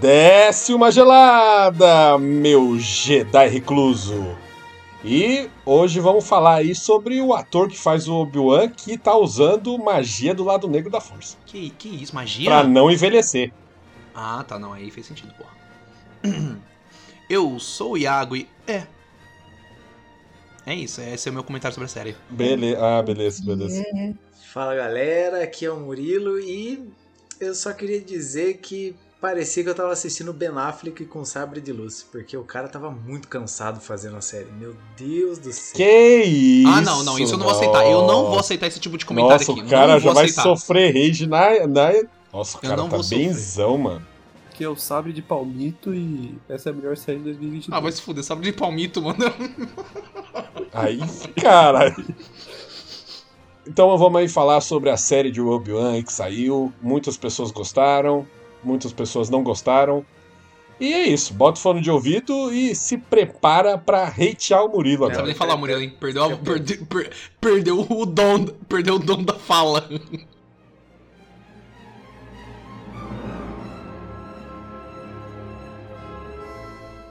Desce uma gelada, meu Jedi recluso. E hoje vamos falar aí sobre o ator que faz o Obi-Wan que tá usando magia do lado negro da força. Que, que isso, magia? Pra não envelhecer. Ah, tá, não, aí fez sentido, porra. Eu sou o Iago e. É. É isso, esse é o meu comentário sobre a série. Bele... Ah, beleza, beleza. Fala galera, aqui é o Murilo e eu só queria dizer que parecia que eu tava assistindo Ben Affleck com Sabre de Luz, porque o cara tava muito cansado fazendo a série. Meu Deus do céu. Que isso? ah, não, não, isso eu não vou aceitar. Eu não vou aceitar esse tipo de comentário Nossa, aqui. o cara não já vou vai aceitar. sofrer rage na. na... Nossa, o Eu cara não tá vou sofrer. benzão, mano. que é o Sabre de Palmito e essa é a melhor série de 2022. Ah, vai se fuder, sabe de palmito, mano. Aí, cara. Então vamos aí falar sobre a série de Obi-Wan que saiu. Muitas pessoas gostaram, muitas pessoas não gostaram. E é isso, bota o fone de ouvido e se prepara pra hatear o Murilo Não agora. sabe nem falar, Murilo, hein? Perdeu, a- perde- per- perdeu o dom, perdeu o dom da fala. Né?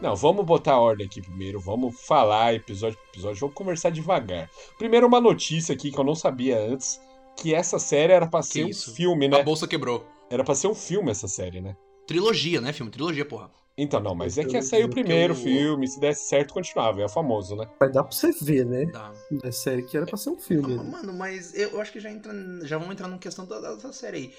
Não, vamos botar a ordem aqui primeiro, vamos falar episódio por episódio, vamos conversar devagar. Primeiro uma notícia aqui que eu não sabia antes, que essa série era pra ser um isso? filme, A né? bolsa quebrou. Era pra ser um filme essa série, né? Trilogia, né, filme? Trilogia, porra. Então, não, mas é que Eu ia sair o vi que primeiro eu- filme, se desse certo, continuava, é famoso, né? Mas dá pra você ver, né? Tá. É série que era pra ser um filme. né? Ah, Mano, mas eu acho que já, entra, já vamos entrar na questão da, da- dessa série aí.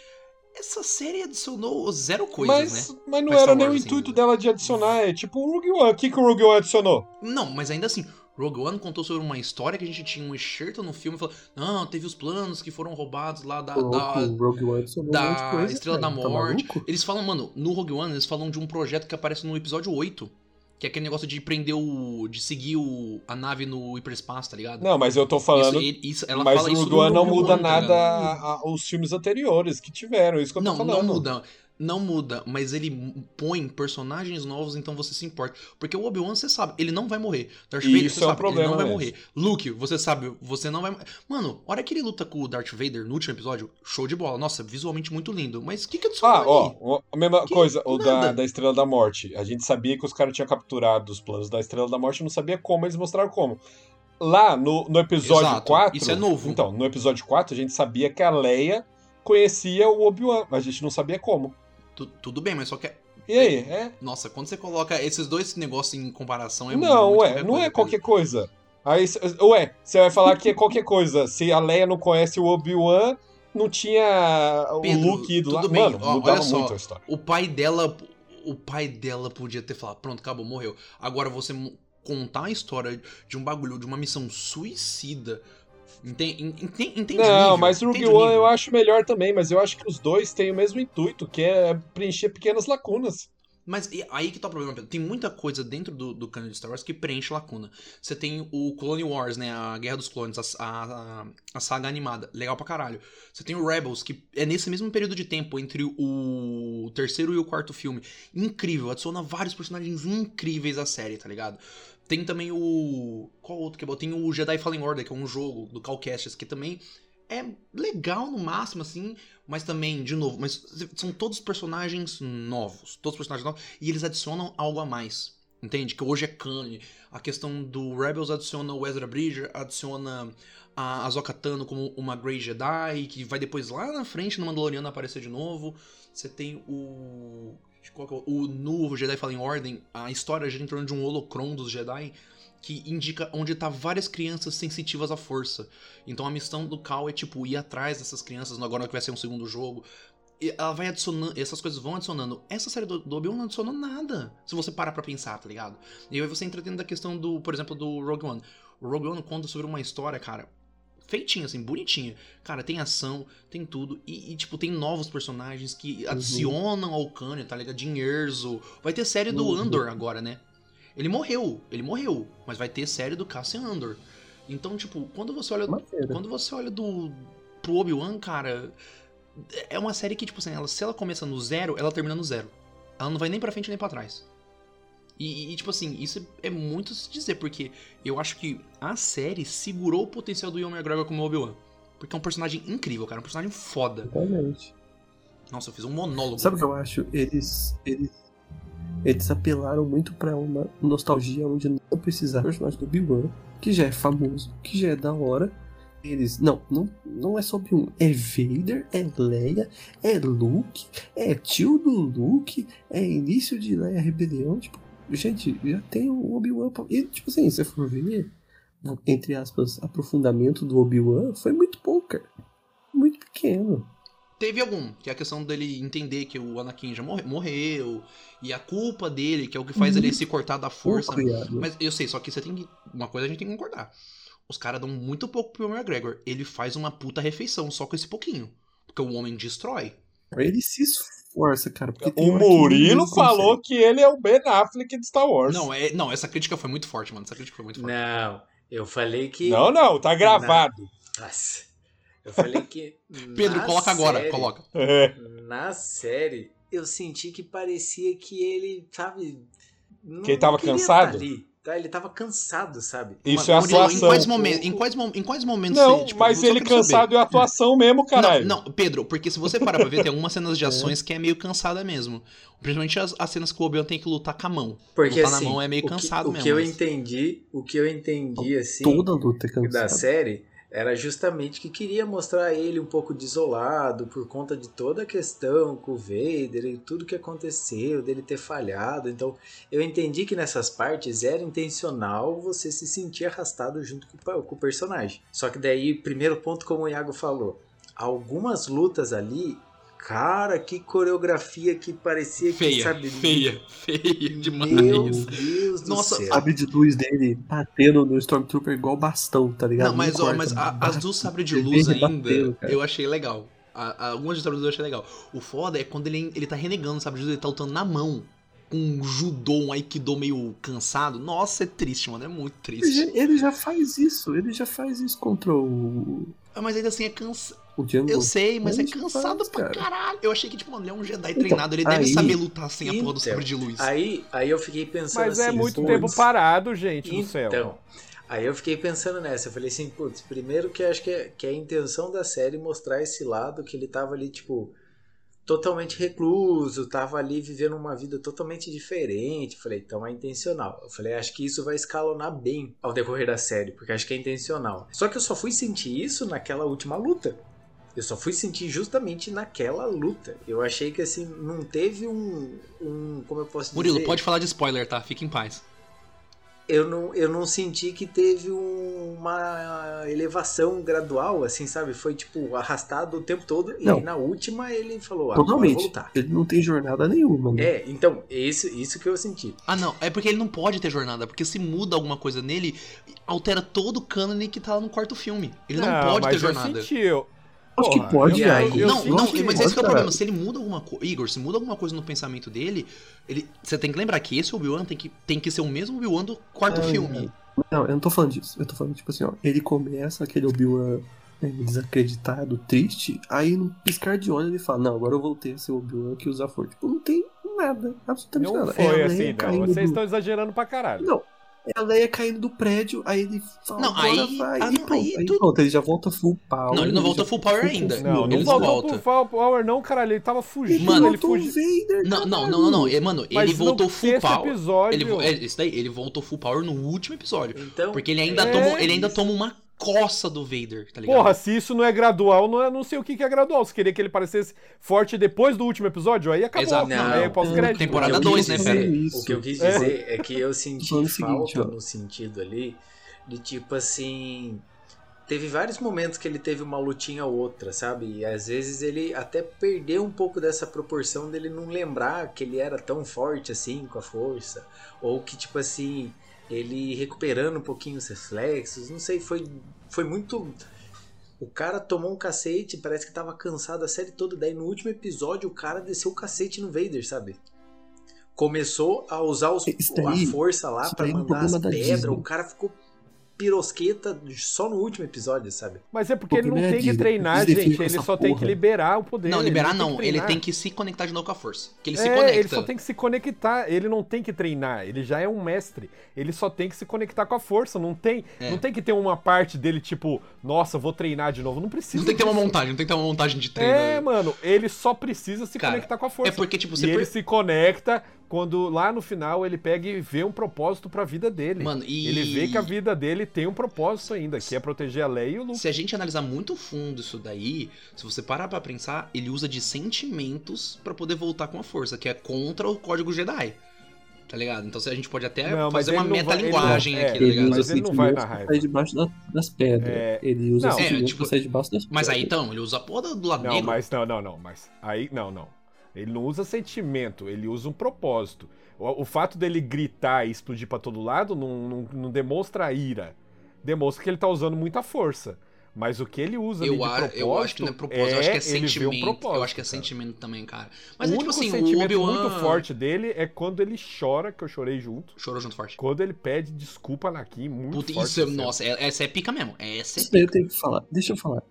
Essa série adicionou zero coisas, mas, né? mas não era Mas Star nem o Wars, sim. intuito dela de adicionar, é tipo o Rogue One. O que, que o Rogue One adicionou? Não, mas ainda assim, Rogue One contou sobre uma história que a gente tinha um enxerto no filme e falou: não, teve os planos que foram roubados lá da. Pô, Ah, da- o Rogue One adicionou da um monte de coisa, Estrela cara. da Tá Morte. maluco? Eles falam, mano, no Rogue One eles falam de um projeto que aparece no episódio 8. Que é aquele negócio de prender o. de seguir o, a nave no hiperespaço, tá ligado? Não, mas eu tô falando. Isso, ele- isso- ela mas fala o isso Rogue no One não Rogue muda One, tá nada ligado? a- aos filmes anteriores que tiveram, é isso que eu tô Não, falando. não muda. Não muda, mas ele m- põe personagens novos, então você se importa. Porque o Obi-Wan, você sabe, ele não vai morrer. Darth Isso Vader, você é um sabe, ele problema não vai mesmo. morrer. Luke, você sabe, você não vai... mo- Mano, a hora que ele luta com o Darth Vader no último episódio, show de bola. Nossa, visualmente muito lindo. Mas o que que adicionou Ah, ó, ali? ó, a mesma Que coisa, o da, nada. da Estrela da Morte. A gente sabia que os caras tinham capturado os planos da Estrela da Morte, não sabia como, eles mostraram como. Lá no, no episódio Exato, 4. isso é novo. Então, no episódio 4, a gente sabia que a Leia conhecia o Obi-Wan, mas a gente não sabia como. Tu- tudo bem, mas só que... E aí? É? Nossa, quando você coloca esses dois negócios em comparação, é não, muito ué, não é coisa, cara. qualquer coisa. Aí, cê- ué, você vai falar que é qualquer coisa. Se a Leia não conhece o Obi-Wan, não tinha o Pedro, Luke do lado. tudo bem, Mano, ó, mudava olha só. muito a história. O pai dela. O pai dela podia ter falado, pronto, acabou, morreu. Agora você mo- contar a história de um bagulho, de uma missão suicida. Enten- en- enten- Entende, o Não, nível? mas o Rogue Entende One nível? eu acho melhor também, mas eu acho que os dois têm o mesmo intuito, que é preencher pequenas lacunas. Mas e- aí que tá o problema, Pedro. Tem muita coisa dentro do, do canon de Star Wars que preenche lacuna. Você tem o Clone Wars, né? A Guerra dos Clones, a, a- a saga animada. Legal pra caralho. Você tem o Rebels, que é nesse mesmo período de tempo, entre o terceiro e o quarto filme. Incrível, adiciona vários personagens incríveis à série, tá ligado? Tem também o. Qual outro que é bom? Tem o Jedi Fallen Order, que é um jogo do Cal Kestis, que também é legal no máximo, assim, mas também, de novo, mas são todos personagens novos. Todos personagens novos. E eles adicionam algo a mais. Entende? Que hoje é Kanye. A questão do Rebels adiciona o Ezra Bridger, adiciona a Ahsoka Tano como uma Grey Jedi, que vai depois lá na frente no Mandaloriano aparecer de novo. Você tem o. Qual que é o, o novo Jedi Fallen Ordem. A história gira em torno de um holocron dos Jedi que indica onde tá várias crianças sensitivas à força. Então a missão do Cal é tipo ir atrás dessas crianças, agora que vai ser um segundo jogo. E ela vai adicionando, essas coisas vão adicionando. Essa série do, do Obi-Wan não adicionou nada, se você parar pra pensar, tá ligado? E aí você entra dentro da questão do, por exemplo, do Rogue One. O Rogue One conta sobre uma história, cara, feitinha, assim, bonitinha. Cara, tem ação, tem tudo. E, e, tipo, tem novos personagens que adicionam ao cânone, tá ligado? Jin Erso. Vai ter série do Uhum. Andor agora, né? Ele morreu, ele morreu. Mas vai ter série do Cassian Andor. Então, tipo, quando você olha Maneiro. quando você olha do pro Obi-Wan, cara, é uma série que, tipo assim, ela, se ela começa no zero, ela termina no zero. Ela não vai nem pra frente nem pra trás. E, e, tipo assim, isso é muito se dizer, porque eu acho que a série segurou o potencial do Ian McGregor como Obi-Wan. Porque é um personagem incrível, cara, é um personagem foda. Exatamente. Nossa, eu fiz um monólogo. Sabe o que eu acho? Eles, eles Eles apelaram muito pra uma nostalgia onde não precisava do personagem do Obi-Wan, que já é famoso, que já é da hora. Eles, não, não, não é só Obi-Wan, é Vader, é Leia, é Luke, é tio do Luke, é início de Leia Rebelião, tipo, gente, já tem o Obi-Wan. pra- E, tipo assim, se você for ver, entre aspas, aprofundamento do Obi-Wan, foi muito pouco, cara. Muito pequeno. Teve algum, que é a questão dele entender que o Anakin já morre- morreu, e a culpa dele, que é o que faz Uhum. ele se cortar da força. Pouco criado. Mas eu sei, só que você tem que. Uma coisa a gente tem que concordar. Os caras dão muito pouco pro McGregor. Ele faz uma puta refeição só com esse pouquinho. Porque o homem destrói. Ele se esforça, cara. Porque tem O hora que ele Murilo não falou que ele é o Ben Affleck de Star Wars. assim. Não, é, não, essa crítica foi muito forte, mano. Essa crítica foi muito forte. Não, eu falei que. não, não, tá gravado. Nossa, eu falei que. Pedro, na coloca agora, série- coloca. É. Na série, eu senti que parecia que ele, sabe. não- Que ele tava não queria cansado? tá ali, tá? Ele tava cansado, sabe? Isso Mano, é Murilo, Em atuação. quais, momentos, em, quais, mom- em quais momentos Não, você, tipo, eu mas só ele quero saber. cansado é atuação mesmo, caralho. Não, não, Pedro, porque se você parar pra ver, tem algumas cenas de ações que é meio cansada mesmo. Principalmente as, as cenas que o Obi-Wan tem que lutar com a mão. Porque Botar na assim, mão é meio o que- cansado o mesmo, que eu mas- entendi, o que eu entendi assim Toda luta é da cansada. série era justamente que queria mostrar ele um pouco desolado por conta de toda a questão com o Vader e tudo que aconteceu, dele ter falhado. Então, eu entendi que nessas partes era intencional você se sentir arrastado junto com o pa- com o personagem. Só que daí, primeiro ponto, como o Iago falou, algumas lutas ali, cara, que coreografia que parecia que, Feia, sabe, feia, feia meu demais. Deus do Nossa, céu. Sabe de luz dele batendo no Stormtrooper igual bastão, tá ligado? Não, mas, Não ó, corta, mas a- as bate. do Sabre de ele Luz vem ainda, rebatendo, cara. eu achei legal. A- a- algumas do Sabre de Luz eu achei legal. O foda é quando ele, ele tá renegando o Sabre de Luz, ele tá lutando na mão. Com um judô, um aikido meio cansado. Nossa, é triste, mano, é muito Ele já, triste. ele já faz isso, ele já faz isso contra o. Ah, Mas ainda assim, é cansado. O Django. Eu sei, mas é Mas cansado faz, pra cara. caralho. Eu achei que, tipo, mano, ele é um Jedi Então, treinado, ele deve aí- saber lutar sem a porra do Então, Sabre de Luz. Aí, aí eu fiquei pensando Mas assim, é muito putz, tempo parado, gente do céu. Então, aí eu fiquei pensando nessa. Eu falei assim, putz, primeiro que eu acho que é, que é a intenção da série mostrar esse lado que ele tava ali, tipo, totalmente recluso, tava ali vivendo uma vida totalmente diferente. Eu falei, então é intencional. Eu falei, acho que isso vai escalonar bem ao decorrer da série, porque acho que é intencional. Só que eu só fui sentir isso naquela última luta. Eu só fui sentir justamente naquela luta. Eu achei que assim, não teve um. um como eu posso Murilo, dizer? pode falar de spoiler, tá? Fica em paz. eu não, eu não senti que teve um- uma elevação gradual, assim, sabe? Foi, tipo, arrastado o tempo todo. E Não. aí, na última, ele falou, ah, agora eu vou Totalmente. lutar. Ele não tem jornada nenhuma, né? É, então, isso, isso que eu senti. Ah, não. É porque ele não pode ter jornada. Porque se muda alguma coisa nele, altera todo o cânone que tá lá no quarto filme. Ele não, pode ter Ah, mas eu jornada. senti. Eu... Acho que Porra, pode, eu- Iago. eu não, senti- não, acho que mas esse que é o cara. problema. Se ele muda alguma coisa. Igor, se muda alguma coisa no pensamento dele, ele. Você tem que lembrar que esse Obi-Wan tem que, tem que ser o mesmo Obi-Wan do quarto Ah, filme. Não, eu não tô falando disso. Eu tô falando, tipo assim, ó. Ele começa aquele Obi-Wan é, desacreditado, triste. Aí, num piscar de olho, ele fala: Não, agora eu voltei a ser o Obi-Wan que usa força. Tipo, não tem nada. Absolutamente Não nada. É foi a Leia assim, não. caindo Vocês do- estão exagerando pra caralho. Não. É a Leia caindo do prédio, aí ele fala: Não, agora aí- vai. ah, e não, pronto, aí aí tudo- pronto, ele já volta full power. Não, ele não já volta full power ainda. Não, não Eles voltou voltam. pro Fall Power, não, caralho. Ele tava Ele fugindo, Mano, ele voltou o fugiu. Vader. Não, não, caralho. não, não, não. É, Mano, ele Mas no voltou full sexto power. episódio. Ele, vo- é, isso daí, ele voltou full power no último episódio. Então, Porque ele ainda, É toma, um, ele ainda isso. toma uma coça do Vader, tá ligado? Porra, se isso não é gradual, não, é, não sei o que, que é gradual. Você queria que ele parecesse forte depois do último episódio? Aí acabou. Exato. Não, Não. aí é pós-crédito. Temporada Eu dois, quis né, dizer- cara? Isso. O que eu quis É. dizer é, que eu senti Falando o falta seguinte, ó. no sentido ali de tipo assim. Teve vários momentos que ele teve uma lutinha ou outra, sabe? E às vezes ele até perdeu um pouco dessa proporção dele não lembrar que ele era tão forte assim com a força. Ou que, tipo assim, ele recuperando um pouquinho os reflexos. Não sei, foi, foi muito. O cara tomou um cacete, parece que tava cansado a série toda. Daí no último episódio o cara desceu o cacete no Vader, sabe? Começou a usar os- Isso a daí- força lá isso pra daí é um mandar as problema da pedras. Disney. O cara ficou pirosqueta só no último episódio, sabe? Mas é porque O ele não problema tem é a que Disney. treinar, Disney fica gente. com Ele essa só tem que porra. liberar o poder. Não, liberar não. Ele treinar. tem que se conectar de novo com a força. Que ele se é, conecta. ele só tem que se conectar, ele não tem que treinar, ele já é um mestre. Ele só tem que se conectar com a força, não tem, É. não tem que ter uma parte dele tipo, nossa, vou treinar de novo, não precisa. Não tem que ter uma disso. montagem, não tem que ter uma montagem de treino. né? É, mano, ele só precisa se Cara, conectar com a É força. porque, tipo, e você. ele per- se conecta quando lá no final ele pega e vê um propósito pra vida dele. Mano, e. Ele vê que a vida dele tem um propósito ainda, que é proteger a Leia e o Luke. Se a gente analisar muito fundo isso daí, se você parar pra pensar, ele usa de sentimentos pra poder voltar com a força, que é contra o código Jedi. Tá ligado? Então se a gente pode até Não, mas fazer ele uma não vai- ele não- metalinguagem é, aqui, tá ele ligado? não- mas ele não vai na raiva. Sai debaixo da- das pedras. É. Ele usa Não. não, É, é, tipo- pra sair debaixo das pedras. Mas aí então, ele usa a porra do lado Não, negro. mas não, não, não, mas aí não, não. Ele não usa sentimento, ele usa um propósito. O, o fato dele gritar e explodir pra todo lado não, não, não demonstra ira. Demonstra que ele tá usando muita força. Mas o que ele usa ali Eu, de a- propósito, eu acho que não é propósito, eu acho que é ele vê um sentimento. eu acho que é propósito, cara. sentimento também, cara. O Mas é tipo único assim, o sentimento Obi-Wan muito forte dele é quando ele chora, que eu chorei junto. chorou junto forte. Quando ele pede desculpa na Kim, muito Puta, forte. isso é, assim. nossa, é- essa é pica mesmo. Essa é Isso daí eu pica. tenho que falar. Deixa eu falar.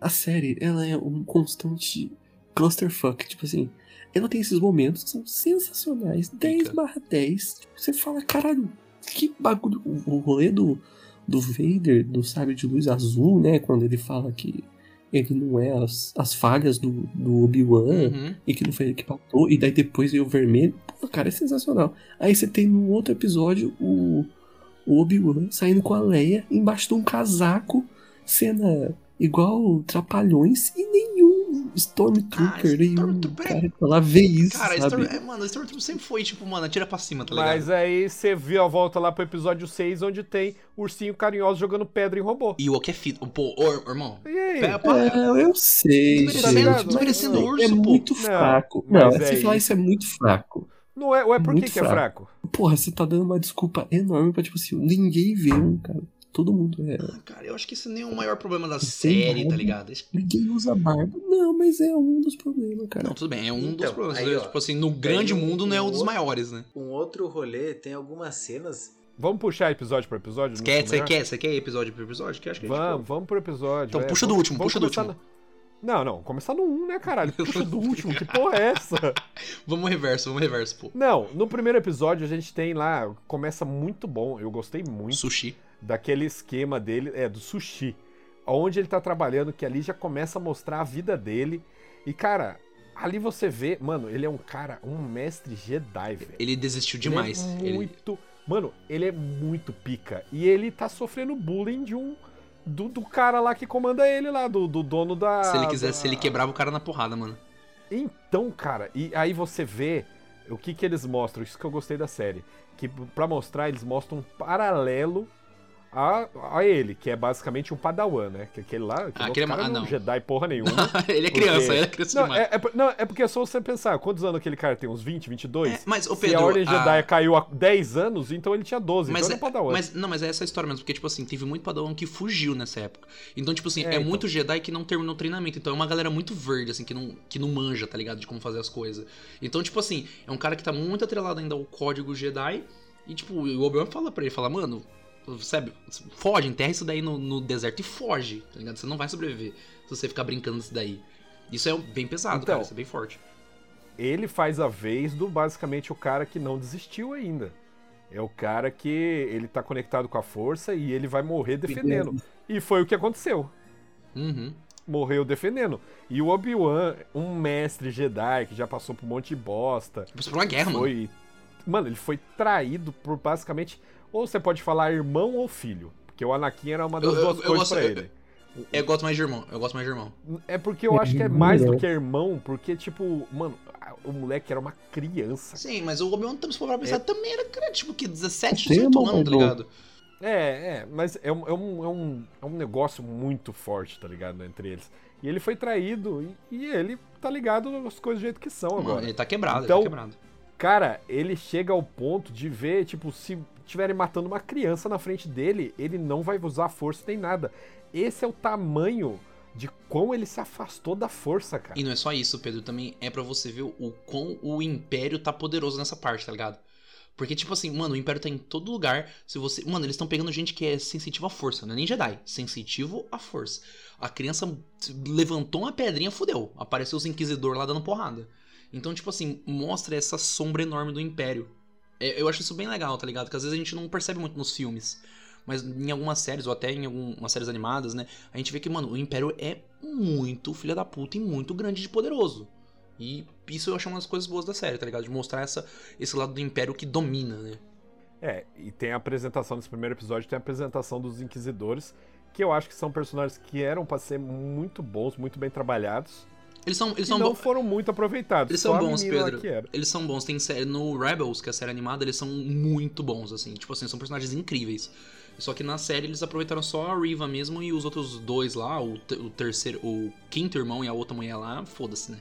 A série, ela é um constante clusterfuck. Tipo assim, ela tem esses momentos que são sensacionais. 10 barra 10. Tipo, você fala, caralho, que bagulho. O o rolê do, do Vader, do sábio de luz azul, né? Quando ele fala que ele não é as, as falhas do, do Obi-Wan Uhum. e que não foi ele que matou, e daí depois veio o vermelho. Pô, cara, é sensacional. Aí você tem num outro episódio o, o Obi-Wan saindo com a Leia embaixo de um casaco, cena igual Trapalhões, e nenhum Stormtrooper, Ah, nenhum Stormtrooper é- cara que foi lá vê isso, Cara, sabe? Storm, é, mano, Stormtrooper sempre foi, tipo, mano, atira pra cima, tá ligado? Mas aí você viu a volta lá pro episódio 6, onde tem ursinho carinhoso jogando pedra em robô. E o que é fita. Pô, ô, irmão. E aí? pega a pá, cara. É, eu sei, Desmerecendo- gente, mas desmerecendo é o tá urso, pô. muito Não, fraco. mas Não, é você falar isso. isso é muito fraco. Não é, ué, por que, Muito que é fraco? Porra, você tá dando uma desculpa enorme pra, tipo assim, ninguém vê um, cara. Todo mundo é... Ah, Cara, eu acho que esse nem é o maior problema da Sem série, tá barba. ligado? Esse- Ninguém usa barba. Não, mas é um dos problemas, cara. Não, tudo bem, é um dos Então, problemas. aí, ó, tipo assim, no grande um- mundo não é um dos outro- maiores, né? Um outro rolê tem algumas cenas. Vamos puxar episódio por episódio? Você não quer, fica você melhor? quer, você quer episódio por episódio? Que eu acho que a gente Vamos, vamos pro episódio. Então é, puxa vamos- do último, vamos puxa do começar último. no- Não, não, começar no 1, né, caralho? Puxa do último, que porra é essa? Vamos reverso, vamos reverso, pô. Não, no primeiro episódio a gente tem lá, começa muito bom, eu gostei muito. Sushi. daquele esquema dele, é, do sushi. Onde ele tá trabalhando, que ali já começa a mostrar a vida dele. E, cara, ali você vê, mano, ele é um cara, um mestre Jedi, velho. Ele desistiu demais. Ele é Ele- muito. Mano, ele é muito pica. E ele tá sofrendo bullying de um. Do, do cara lá que comanda ele lá, do, do dono da. Se ele quisesse, ele da- quebrava o cara na porrada, mano. então, cara, e aí você vê o que que eles mostram, isso que eu gostei da série, que pra mostrar eles mostram um paralelo a, a ele, que é basicamente um padawan, né? Que aquele lá, aquele Ah, outro aquele é ma- cara ah, não é um não. Jedi porra nenhuma. ele é criança, Porque- ele é criança não, demais. é, é por- não, é porque é só você pensar, quantos anos aquele cara tem? Uns 20, 22? É, mas, o Se a Pedro. Ordem Jedi caiu há 10 anos, então ele tinha 12, Mas então ele é um padawan. Mas, não, mas é essa a história mesmo, porque, tipo assim, teve muito padawan que fugiu nessa época. Então, tipo assim, É, é, então. muito Jedi que não terminou o treinamento. Então é uma galera muito verde, assim, que não, que não manja, tá ligado? De como fazer as coisas. Então, tipo assim, é um cara que tá muito atrelado ainda ao código Jedi. E, tipo, o Obi-Wan fala pra ele, fala, mano, sabe, foge, enterra isso daí no, no deserto e foge, tá ligado? Você não vai sobreviver se você ficar brincando disso daí. Isso é bem pesado, Então. cara, isso é bem forte. ele faz a vez do basicamente o cara que não desistiu ainda. É o cara que ele tá conectado com a força e ele vai morrer defendendo. E foi o que aconteceu. Uhum. Morreu defendendo. E o Obi-Wan, um mestre Jedi que já passou por um monte de bosta, Passou por Tipo, uma guerra, É, mano. foi. Mano, ele foi traído por basicamente. Ou você pode falar irmão ou filho. Porque o Anakin era uma das Eu- eu- duas eu coisas gosto- pra eu- ele. Eu gosto mais de irmão, eu gosto mais de irmão. É porque eu É, acho que é irmão mais melhor. do que irmão, porque, tipo, mano, o moleque era uma criança, Sim, mas o Obi-Wan também, se for pra pensar, É. também era, cara, tipo, que 17, Tem 18 uma anos, tá boa. ligado? É, é, mas é um, é, um, é, um, é um negócio muito forte, tá ligado? Entre eles. E ele foi traído e, e ele tá ligado nas coisas do jeito que são Mano, agora. ele tá quebrado, Então- ele tá quebrado. Cara, ele chega ao ponto de ver, tipo, se tiverem matando uma criança na frente dele, ele não vai usar força nem nada. Esse é o tamanho de quão ele se afastou da força, cara. E não é só isso, Pedro, também é pra você ver o quão o Império tá poderoso nessa parte, tá ligado? Porque, tipo assim, mano, o Império tá em todo lugar. Se você. Mano, eles estão pegando gente que é sensitivo à força, não é nem Jedi. Sensitivo à força. A criança levantou uma pedrinha, fudeu. Apareceu os Inquisidor lá dando porrada. Então, tipo assim, mostra essa sombra enorme do Império. É, eu acho isso bem legal, tá ligado? Porque às vezes a gente não percebe muito nos filmes. Mas em algumas séries, ou até em algumas séries animadas, né? A gente vê que, mano, o Império é muito filha da puta e muito grande e poderoso. E isso eu acho uma das coisas boas da série, tá ligado? De mostrar essa, esse lado do Império que domina, né? É, e tem a apresentação nesse primeiro episódio, tem a apresentação dos Inquisidores, que eu acho que são personagens que eram pra ser muito bons, muito bem trabalhados. Eles são, eles e são não bo- foram muito aproveitados. Eles só são a bons, menina lá Pedro. que era. Eles são bons. Tem série, no Rebels, que é a série animada, eles são muito bons, assim. Tipo assim, são personagens incríveis. Só que na série eles aproveitaram só a Riva mesmo e os outros dois lá, o, te- o terceiro, o quinto irmão e a outra mulher lá, foda-se, né?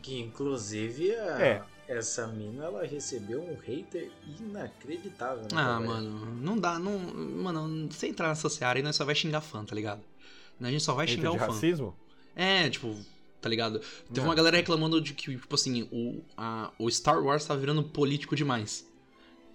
Que inclusive Ah, a- É. essa mina ela recebeu um hater inacreditável. né, Ah, galera? mano, não dá, não. Mano, se entrar nessa seara aí, nós só vai xingar fã, tá ligado? A gente só vai Hater xingar de o fã. racismo? É, tipo, tá ligado? Teve Não. uma galera reclamando de que, tipo assim, o, a- o Star Wars tava virando político demais.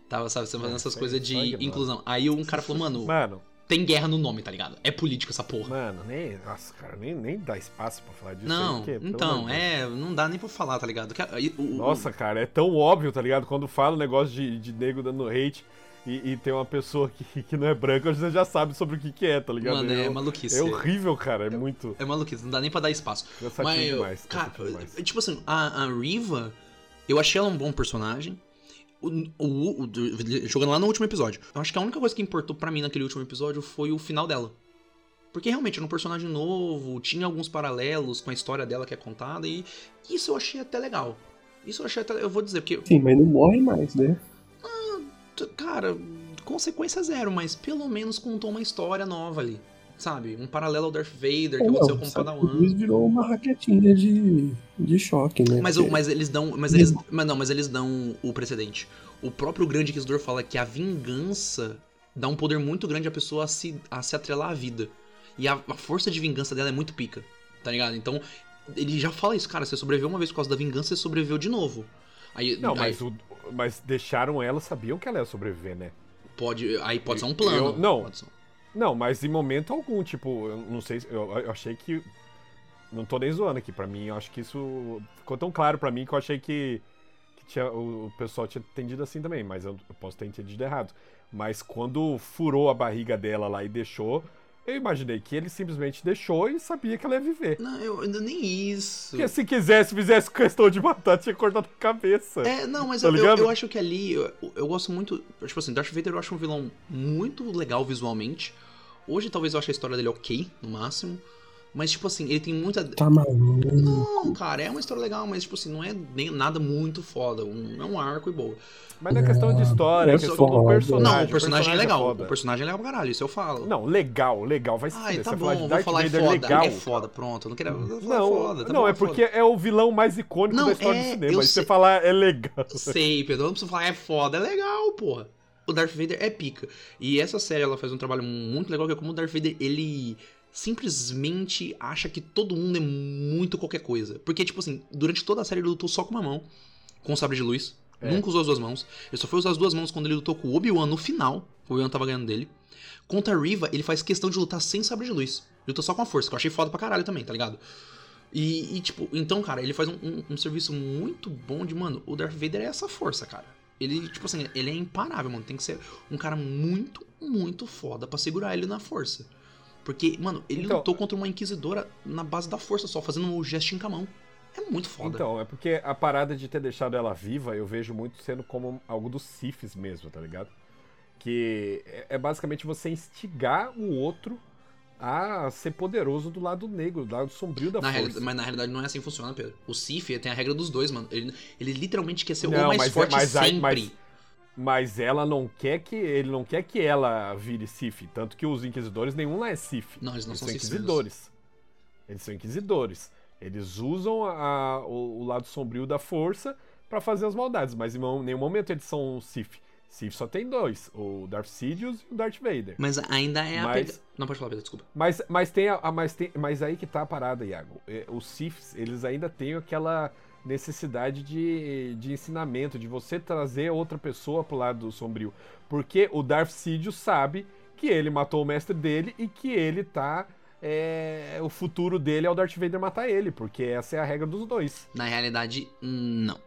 Tava, sabe, você fazendo É, essas isso aí coisas só de ignora. inclusão. Aí um cara falou, mano, Mano, tem guerra no nome, tá ligado? É político essa porra. mano, nem. Nossa, cara, nem, nem dá espaço pra falar disso. aí, não, porque, pelo amor então, de Deus. é, não dá nem pra falar, tá ligado? Que a- e- o- o- Nossa, cara, é tão óbvio, tá ligado? Quando fala o negócio de, de nego dando hate e, e tem uma pessoa que, que não é branca, você já sabe sobre o que, que é, tá ligado? mano, é é, maluquice. é horrível, cara, é muito. É maluquice, não dá nem pra dar espaço. Cansativo Mas, eu- demais. cara, cansativo demais. tipo assim, a, a Riva, eu achei ela um bom personagem. O, o- o- do- jogando lá no último episódio. Eu acho que a única coisa que importou pra mim naquele último episódio foi o final dela. Porque realmente era um personagem novo, tinha alguns paralelos com a história dela que é contada, e isso eu achei até legal. Isso eu achei até. Eu vou dizer, porque Sim, mas não morre mais, né? t- cara, consequência zero, mas pelo menos contou uma história nova ali. Sabe? Um paralelo ao Darth Vader, que Ou aconteceu com É, não, um. o sabe? Padawan. Luiz virou uma raquetinha de, de choque, né? Mas, o- Porque- mas eles dão. Mas eles. Mas não, mas eles dão o precedente. O próprio grande Inquisidor fala que a vingança dá um poder muito grande à pessoa a se, a se atrelar à vida. E a, a força de vingança dela é muito pica. Tá ligado? Então, ele já fala isso, cara. Você sobreviveu uma vez por causa da vingança, você sobreviveu de novo. Aí, Não, aí mas, o- mas deixaram ela, sabiam que ela ia sobreviver, né? pode, aí pode ser um plano. Eu- não. Pode ser- Não, mas em momento algum, tipo, eu não sei, se- eu, eu achei que. Não tô nem zoando aqui, pra mim, eu acho que isso ficou tão claro pra mim que eu achei que, que tinha- o, o pessoal tinha entendido assim também, mas eu, eu posso ter entendido errado. Mas quando furou a barriga dela lá e deixou, eu imaginei que ele simplesmente deixou e sabia que ela ia viver. Não, eu, eu- nem isso. Porque se quisesse, fizesse questão de matar, tinha cortado a cabeça. É, não, mas Tá eu, eu, ligado? eu acho que ali, eu, eu gosto muito. Tipo assim, Darth Vader eu acho um vilão muito legal visualmente. Hoje talvez eu ache a história dele ok, no máximo. Mas, tipo assim, ele tem muita. Tá maluco. Não, cara, é uma história legal, mas, tipo assim, não é nem nada muito foda. Um, é um arco e boa. Mas não é questão de história, é É questão do foda. personagem. não, o personagem é legal. foda. o personagem é legal pra caralho, isso eu falo. Não, legal, legal, vai se Ai, fuder. tá Você bom, falar de vou Darth falar é Vader foda. legal. É foda, pronto. Eu não queria. eu vou falar Não, foda, tá não bom, é porque é o vilão mais icônico Não, da história é, do eu cinema. E sei- você falar é legal. Sei, Pedro, eu não preciso falar, é foda, é legal, porra. O Darth Vader é pica. E essa série, ela faz um trabalho muito legal, que é como o Darth Vader, ele simplesmente acha que todo mundo é muito qualquer coisa. Porque, tipo assim, durante toda a série ele lutou só com uma mão, com o sabre de luz. É. Nunca usou as duas mãos. Ele só foi usar as duas mãos quando ele lutou com o Obi-Wan no final. O Obi-Wan tava ganhando dele. Contra a Riva, ele faz questão de lutar sem sabre de luz. Luta só com a força, que eu achei foda pra caralho também, tá ligado? E, e, tipo, então, cara, ele faz um, um- um serviço muito bom de, mano, o Darth Vader é essa força, cara. Ele, tipo assim, ele é imparável, mano. Tem que ser um cara muito, muito foda pra segurar ele na força. Porque, mano, ele Então- lutou contra uma inquisidora na base da força só, fazendo um gestinho com a mão. É muito foda. Então, é porque a parada de ter deixado ela viva, eu vejo muito sendo como algo dos Sifis mesmo, tá ligado? Que é- é basicamente você instigar o outro a ser poderoso do lado negro, do lado sombrio da Na força. realidade- mas na realidade não é assim que funciona, Pedro. O Sif tem a regra dos dois, mano. Ele, ele literalmente quer ser Não, o mais mas é- forte mas aí- sempre. mas- Mas ela não quer que ele não quer que ela vire Sif, tanto que os inquisidores nenhum lá é Sif. Não, eles não são Sith mesmo. inquisidores. Eles são inquisidores. Eles usam a- o, o lado sombrio da força pra fazer as maldades, mas em mo- nenhum momento eles são Sif. Sif só tem dois, o Darth Sidious e o Darth Vader. Mas ainda é a Mas- pega- Não, pode falar, Pedro, desculpa. Mas, mas tem a, a- mas tem mas aí que tá a parada, Iago. É, Os Siths, eles ainda têm aquela necessidade de, de ensinamento, de você trazer outra pessoa pro lado do sombrio. Porque o Darth Sidious sabe que ele matou o mestre dele e que ele tá. é, o futuro dele é o Darth Vader matar ele, porque essa é a regra dos dois. Na realidade, não.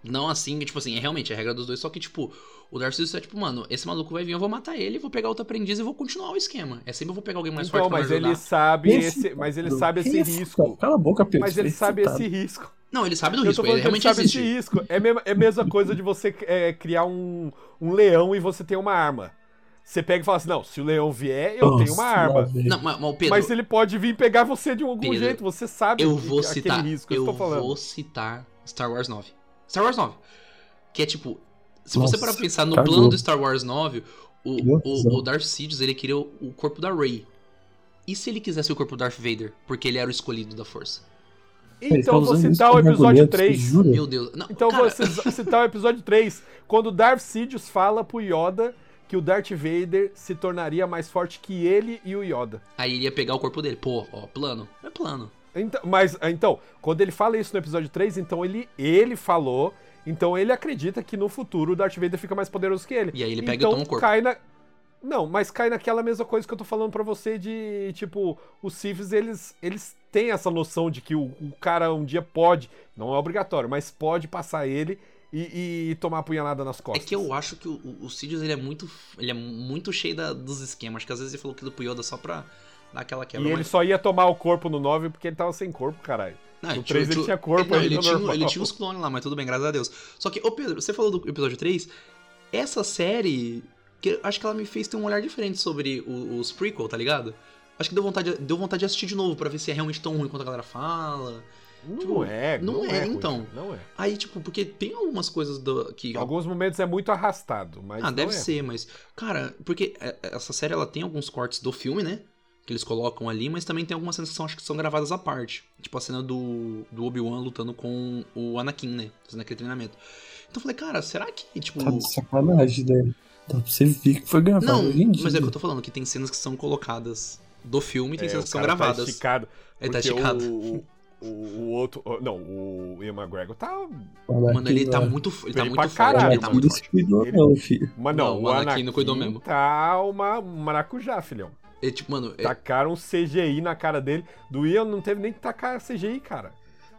Não assim, tipo assim, é realmente a regra dos dois, só que, tipo, o Darth Sidious é tipo, mano, esse maluco vai vir, eu vou matar ele, vou pegar outro aprendiz e vou continuar o esquema. É sempre eu vou pegar alguém mais então, forte pra mas me ajudar. ele sabe Esse- esse, mas ele sabe esse Esse- risco. Cala a boca, Pedro. Mas ele Esse sabe tá- esse risco. Não, ele sabe do Eu tô risco, falando ele que ele realmente sabe existe. esse risco. É, mesmo, é a mesma coisa de você é, criar um, um leão e você tem uma arma. Você pega e fala assim: não, se o leão vier, eu tenho Nossa, uma arma. lá vem. Não, mas, mas o Pedro, Mas ele pode vir pegar você de algum Pedro, jeito, você sabe eu que- vou aquele citar. risco é que eu eu estou falando. vou citar Star Wars 9. Star Wars 9. Que é tipo, se você Nossa, parar pra pensar no cagou. plano do Star Wars 9, o, Meu Deus. o, o Darth Sidious, ele queria o, o corpo da Rey. E se ele quisesse o corpo do Darth Vader? Porque ele era o escolhido da força. Ele tá Então eu vou usando isso citar o como episódio argumento, você 3. Jura? Meu Deus. Não, Então eu cara, vou ci- citar o episódio 3, quando Darth Sidious fala pro Yoda que o Darth Vader se tornaria mais forte que ele e o Yoda. Aí ele ia pegar o corpo dele. Pô, ó, plano. É plano. Então, mas, então, quando ele fala isso no episódio 3, então ele, ele falou. Então ele acredita que no futuro o Darth Vader fica mais poderoso que ele. E aí ele pega e então, toma o corpo. cai na. Não, mas cai naquela mesma coisa que eu tô falando pra você de, tipo, os Siths, eles, eles têm essa noção de que o, o cara um dia pode, não é obrigatório, mas pode passar ele e, e tomar a punhalada nas É costas. que eu acho que o, o Sidious, ele é muito. Ele é muito cheio da- dos esquemas. Acho que às vezes ele falou aquilo pro Yoda só pra dar aquela E quebra. ele mas- só ia tomar o corpo no 9 porque ele tava sem corpo, caralho. Não, é No três ele tinha corpo não, ainda ele, tinha, um, normal. ele tinha os clones lá, mas tudo bem, graças a Deus. Só que, ô Pedro, você falou do episódio 3. Essa série. Que eu acho que ela me fez ter um olhar diferente sobre o- os prequel, tá ligado? Acho que deu vontade, deu vontade de assistir de novo pra ver se é realmente tão ruim quanto a galera fala. Não Tipo, é, não é, ruim, então. Não é. Aí, tipo, porque tem algumas coisas do, que Em alguns momentos é muito arrastado, mas. Ah, não deve é. ser, mas. Cara, porque é, essa série ela tem alguns cortes do filme, né? Que eles colocam ali, mas também tem algumas cenas que são, acho que são gravadas à parte. Tipo a cena do, do Obi-Wan lutando com o Anakin, né? Fazendo aquele treinamento. Então eu falei, cara, será que, tipo. Tá de sacanagem, né? Dá pra você ver que foi gravado Não, hoje em dia. mas é o que eu tô falando, que tem cenas que são colocadas do filme e tem É, cenas o que são cara tá gravadas. esticado, Ele tá porque esticado. O, o, o- o outro. o- Não, o Ian McGregor tá. Mano, ele tá muito. muito, fo- ele tá Bem muito pra forte. caralho, ele tá mano. muito é. Não é forte. descuidou, Ele- não, filho. Mas Não, não, o o Anakin Anakin, não cuidou mesmo. Tá uma um maracujá, filhão. É, tipo, mano, é- Tacaram um CGI na cara dele. Do Ian não teve nem que tacar CGI, cara.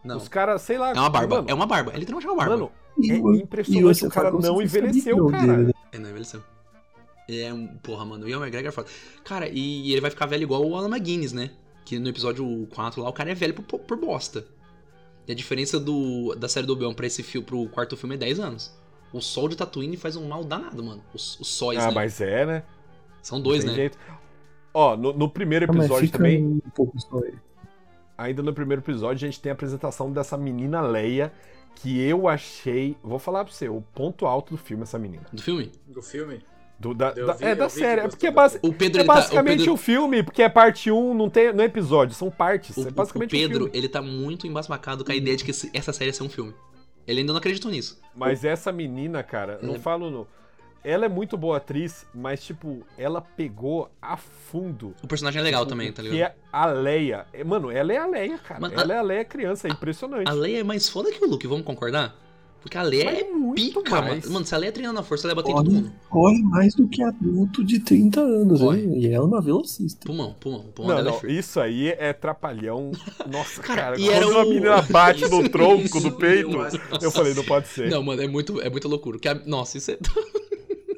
não. Os caras, sei lá. É uma barba, Mano, é uma barba. Ele tem uma barba. mano E o- é e impressionante. você O cara fala, não você sabia envelheceu, que é o dele, cara. né? É, não, envelheceu. Ele é um. Porra, mano, o Ian McGregor é foda. Cara, e ele vai ficar velho igual o Alan McGuinness, né? Que no episódio 4 lá, o cara é velho por, por bosta. E a diferença do, da série do Obi-Wan pra esse filme, pro quarto filme é 10 anos. O sol de Tatooine faz um mal danado, mano. Os, os sóis, Ah, né? mas é, né? São Não dois, tem né? jeito. Ó, no, no primeiro Ah, mas episódio fica também, Um pouco só aí. ainda no primeiro episódio, a gente tem a apresentação dessa menina Leia, que eu achei, vou falar pra você, o ponto alto do filme, essa menina. Do filme? Do filme? Do- da- Eu da- vi- é eu da vi que série, é gostou porque é, do base, O Pedro, É ele tá. basicamente o Pedro, um filme, porque é parte 1, não, tem, não é episódio, são partes. o- é o basicamente um Pedro, filme. ele tá muito embasbacado com a ideia de que esse- essa série ia ser um filme. Ele ainda não acreditou nisso. Mas essa menina, cara, não Ela- falo não. Ela é muito boa atriz, mas, tipo, ela pegou a fundo. O personagem é legal também, tá ligado? Que é a Leia. É, Mano, ela é a Leia, cara. Mano, ela é a Leia criança, é impressionante. A Leia é mais foda que o Luke, vamos concordar? Porque a Leia Mas é muito pica, mais. mano. Mano, se a Leia treinando na força, ela ia bater em todo Corre, mundo. corre mais do que adulto de 30 anos, Corre. hein? E ela é uma velocista. Pulmão, pulmão, pulmão Não, dela não, é firme. isso aí é trapalhão. Nossa, Cara, cara. e quando era uma o- menina bate Isso- no tronco isso do peito, Eu, acho- eu falei, não pode ser. Não, mano, é muito, é muita loucura. Que a- Nossa, isso é.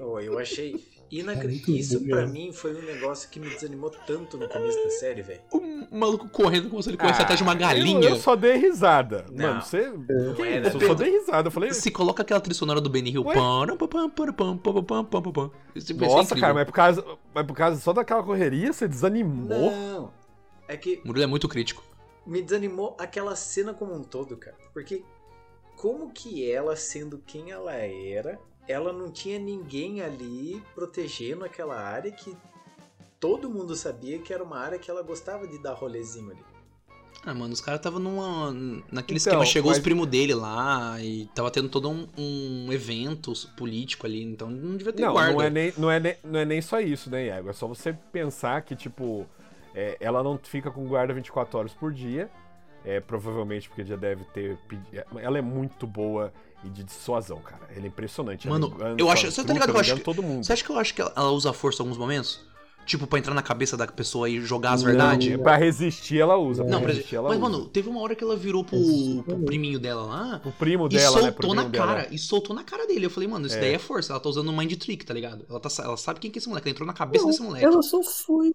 Ô, eu achei Cara, inacreditável. muito Isso bom, pra cara. mim foi um negócio que me desanimou tanto no começo da série, velho. O um maluco correndo como se ele corresse Ah, atrás de uma Eu, galinha. né? eu só dei risada. Não. Mano, você. Que era. isso? Eu só dei risada. Eu falei, Se coloca aquela trilha sonora do Benny Hill. Ué? Pam, pam, pam, pam, pam, pam, pam, pam, pam, pam. Isso- isso é Nossa, incrível. cara, mas por, causa, mas é por causa só daquela correria, você desanimou? Não. É que O Murilo é muito crítico. me desanimou aquela cena como um todo, cara. Porque como que ela, sendo quem ela era, ela não tinha ninguém ali protegendo aquela área que todo mundo sabia que era uma área que ela gostava de dar rolezinho ali. Ah, mano, os caras tava numa. Naquele Então, esquema. Chegou os mas- primos dele lá e tava tendo todo um, um evento político ali. Então não devia ter Não, guarda. não é, nem, não, é nem, não é nem só isso, né, Iago? É só você pensar que, tipo, é, ela não fica com guarda 24 horas por dia. É, provavelmente porque já deve ter. pedi- Ela é muito boa e de dissuasão, cara. Ela é impressionante. Mano, ela eu acho- ela você tá ligado que eu acho engana que- é todo mundo. Você acha que eu acho que ela- ela usa força em alguns momentos? Tipo, pra entrar na cabeça da pessoa e jogar as Não, verdades? é Pra resistir, ela usa. é Não, por pra exemplo. resistir, ela Mas, usa. mano, teve uma hora que ela virou pro, Resistir, pro valeu. priminho dela lá o primo e dela, né? soltou pro na primo dela. cara. E soltou na cara dele. Eu falei, mano, isso É. daí é força. Ela tá usando mind trick, tá ligado? Ela, tá, sa- ela sabe quem que é esse moleque. Ela entrou na cabeça Não, desse moleque. Ela só foi,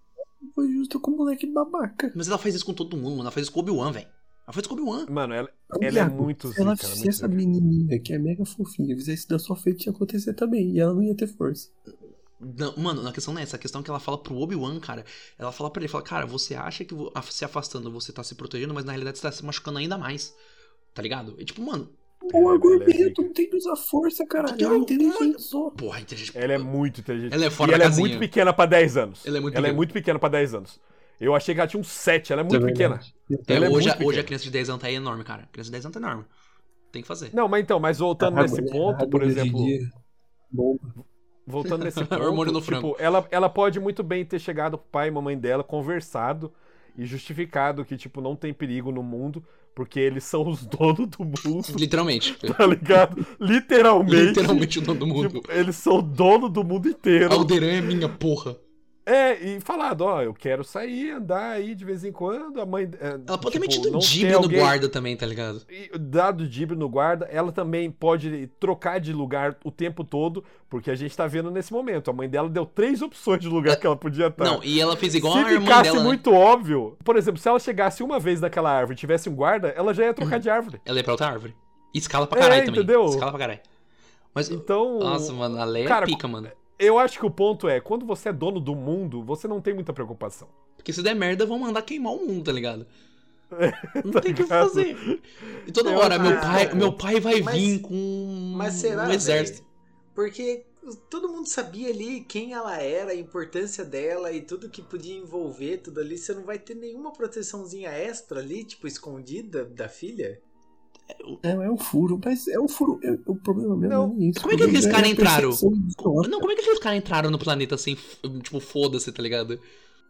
foi justa com o moleque babaca. Mas ela faz isso com todo mundo, mano. Ela faz isso com o Obi-Wan, velho. Ela faz isso com o Obi-Wan. Mano, ela, Ô, ela é Iago, muito Se ela zica, ela é fizesse muito essa zica. menininha que é mega fofinha, fizesse da sua frente, ia acontecer também. E ela não ia ter força. Não, Mano, a questão não é essa. A questão é que ela fala pro Obi-Wan, cara. Ela fala pra ele, fala, cara, você acha que vo- a- se afastando você tá se protegendo, mas na realidade você tá se machucando ainda mais. Tá ligado? E tipo, mano, O ela é argumento zica. Então, não tem que usar força, caralho. Eu- Ela é inteligente só. porra, inteligente. Ela é muito inteligente. Ela é e fora da ela é casinha. muito pequena pra 10 anos. Ela é muito Ela é pequena. muito pequena pra 10 anos. Eu achei que ela tinha uns 7, ela é muito É pequena. verdade. É, ela é hoje, muito a- hoje pequena. a criança de 10 anos tá aí enorme, cara. A criança de 10 anos tá enorme. Tem que fazer. Não, mas então, mas voltando Água, nesse né? ponto, Água por hoje em exemplo, dia, Bomba. voltando nesse ponto, Hormônio no frango. tipo, ela, ela pode muito bem ter chegado pro pai e mamãe dela, conversado e justificado que, tipo, não tem perigo no mundo, porque eles são os donos do mundo, Literalmente. tá ligado? Literalmente. Literalmente o dono do mundo. Tipo, eles são o dono do mundo inteiro. Alderan é minha, porra. É, e falado, ó, eu quero sair, andar aí de vez em quando, a mãe... é, Ela pode ter tipo, metido um não ter dibre no alguém- guarda também, tá ligado? E Dado dibre no guarda, ela também pode trocar de lugar o tempo todo, porque a gente tá vendo nesse momento. A mãe dela deu três opções de lugar que ela podia estar. É. Não, e ela fez igual Tá. se a irmã ficasse dela. né? muito óbvio, por exemplo, se ela chegasse uma vez naquela árvore e tivesse um guarda, ela já ia trocar de árvore. Ela ia pra outra árvore. E escala pra É, caralho também. entendeu? Escala pra caralho. Mas. Então, Nossa, mano, a Leia é Cara, pica, mano. eu acho que o ponto é, quando você é dono do mundo, você não tem muita preocupação. Porque se der merda, vão mandar queimar o mundo, tá ligado? Não tem o que ligado? fazer. E toda É, Eu hora, acho meu que- é. pai, meu pai vai Mas- vir com Mas será, um exército. velho? Porque todo mundo sabia ali quem ela era, a importância dela e tudo que podia envolver, tudo ali. Você não vai ter nenhuma proteçãozinha extra ali, tipo, escondida da filha? Não, é um furo, mas é um furo. é- o problema mesmo Não. não é isso. Como é que O aqueles problema é caras a entraram? percepção idiota. Não, como é que aqueles caras entraram no planeta assim, f- tipo, foda-se, tá ligado?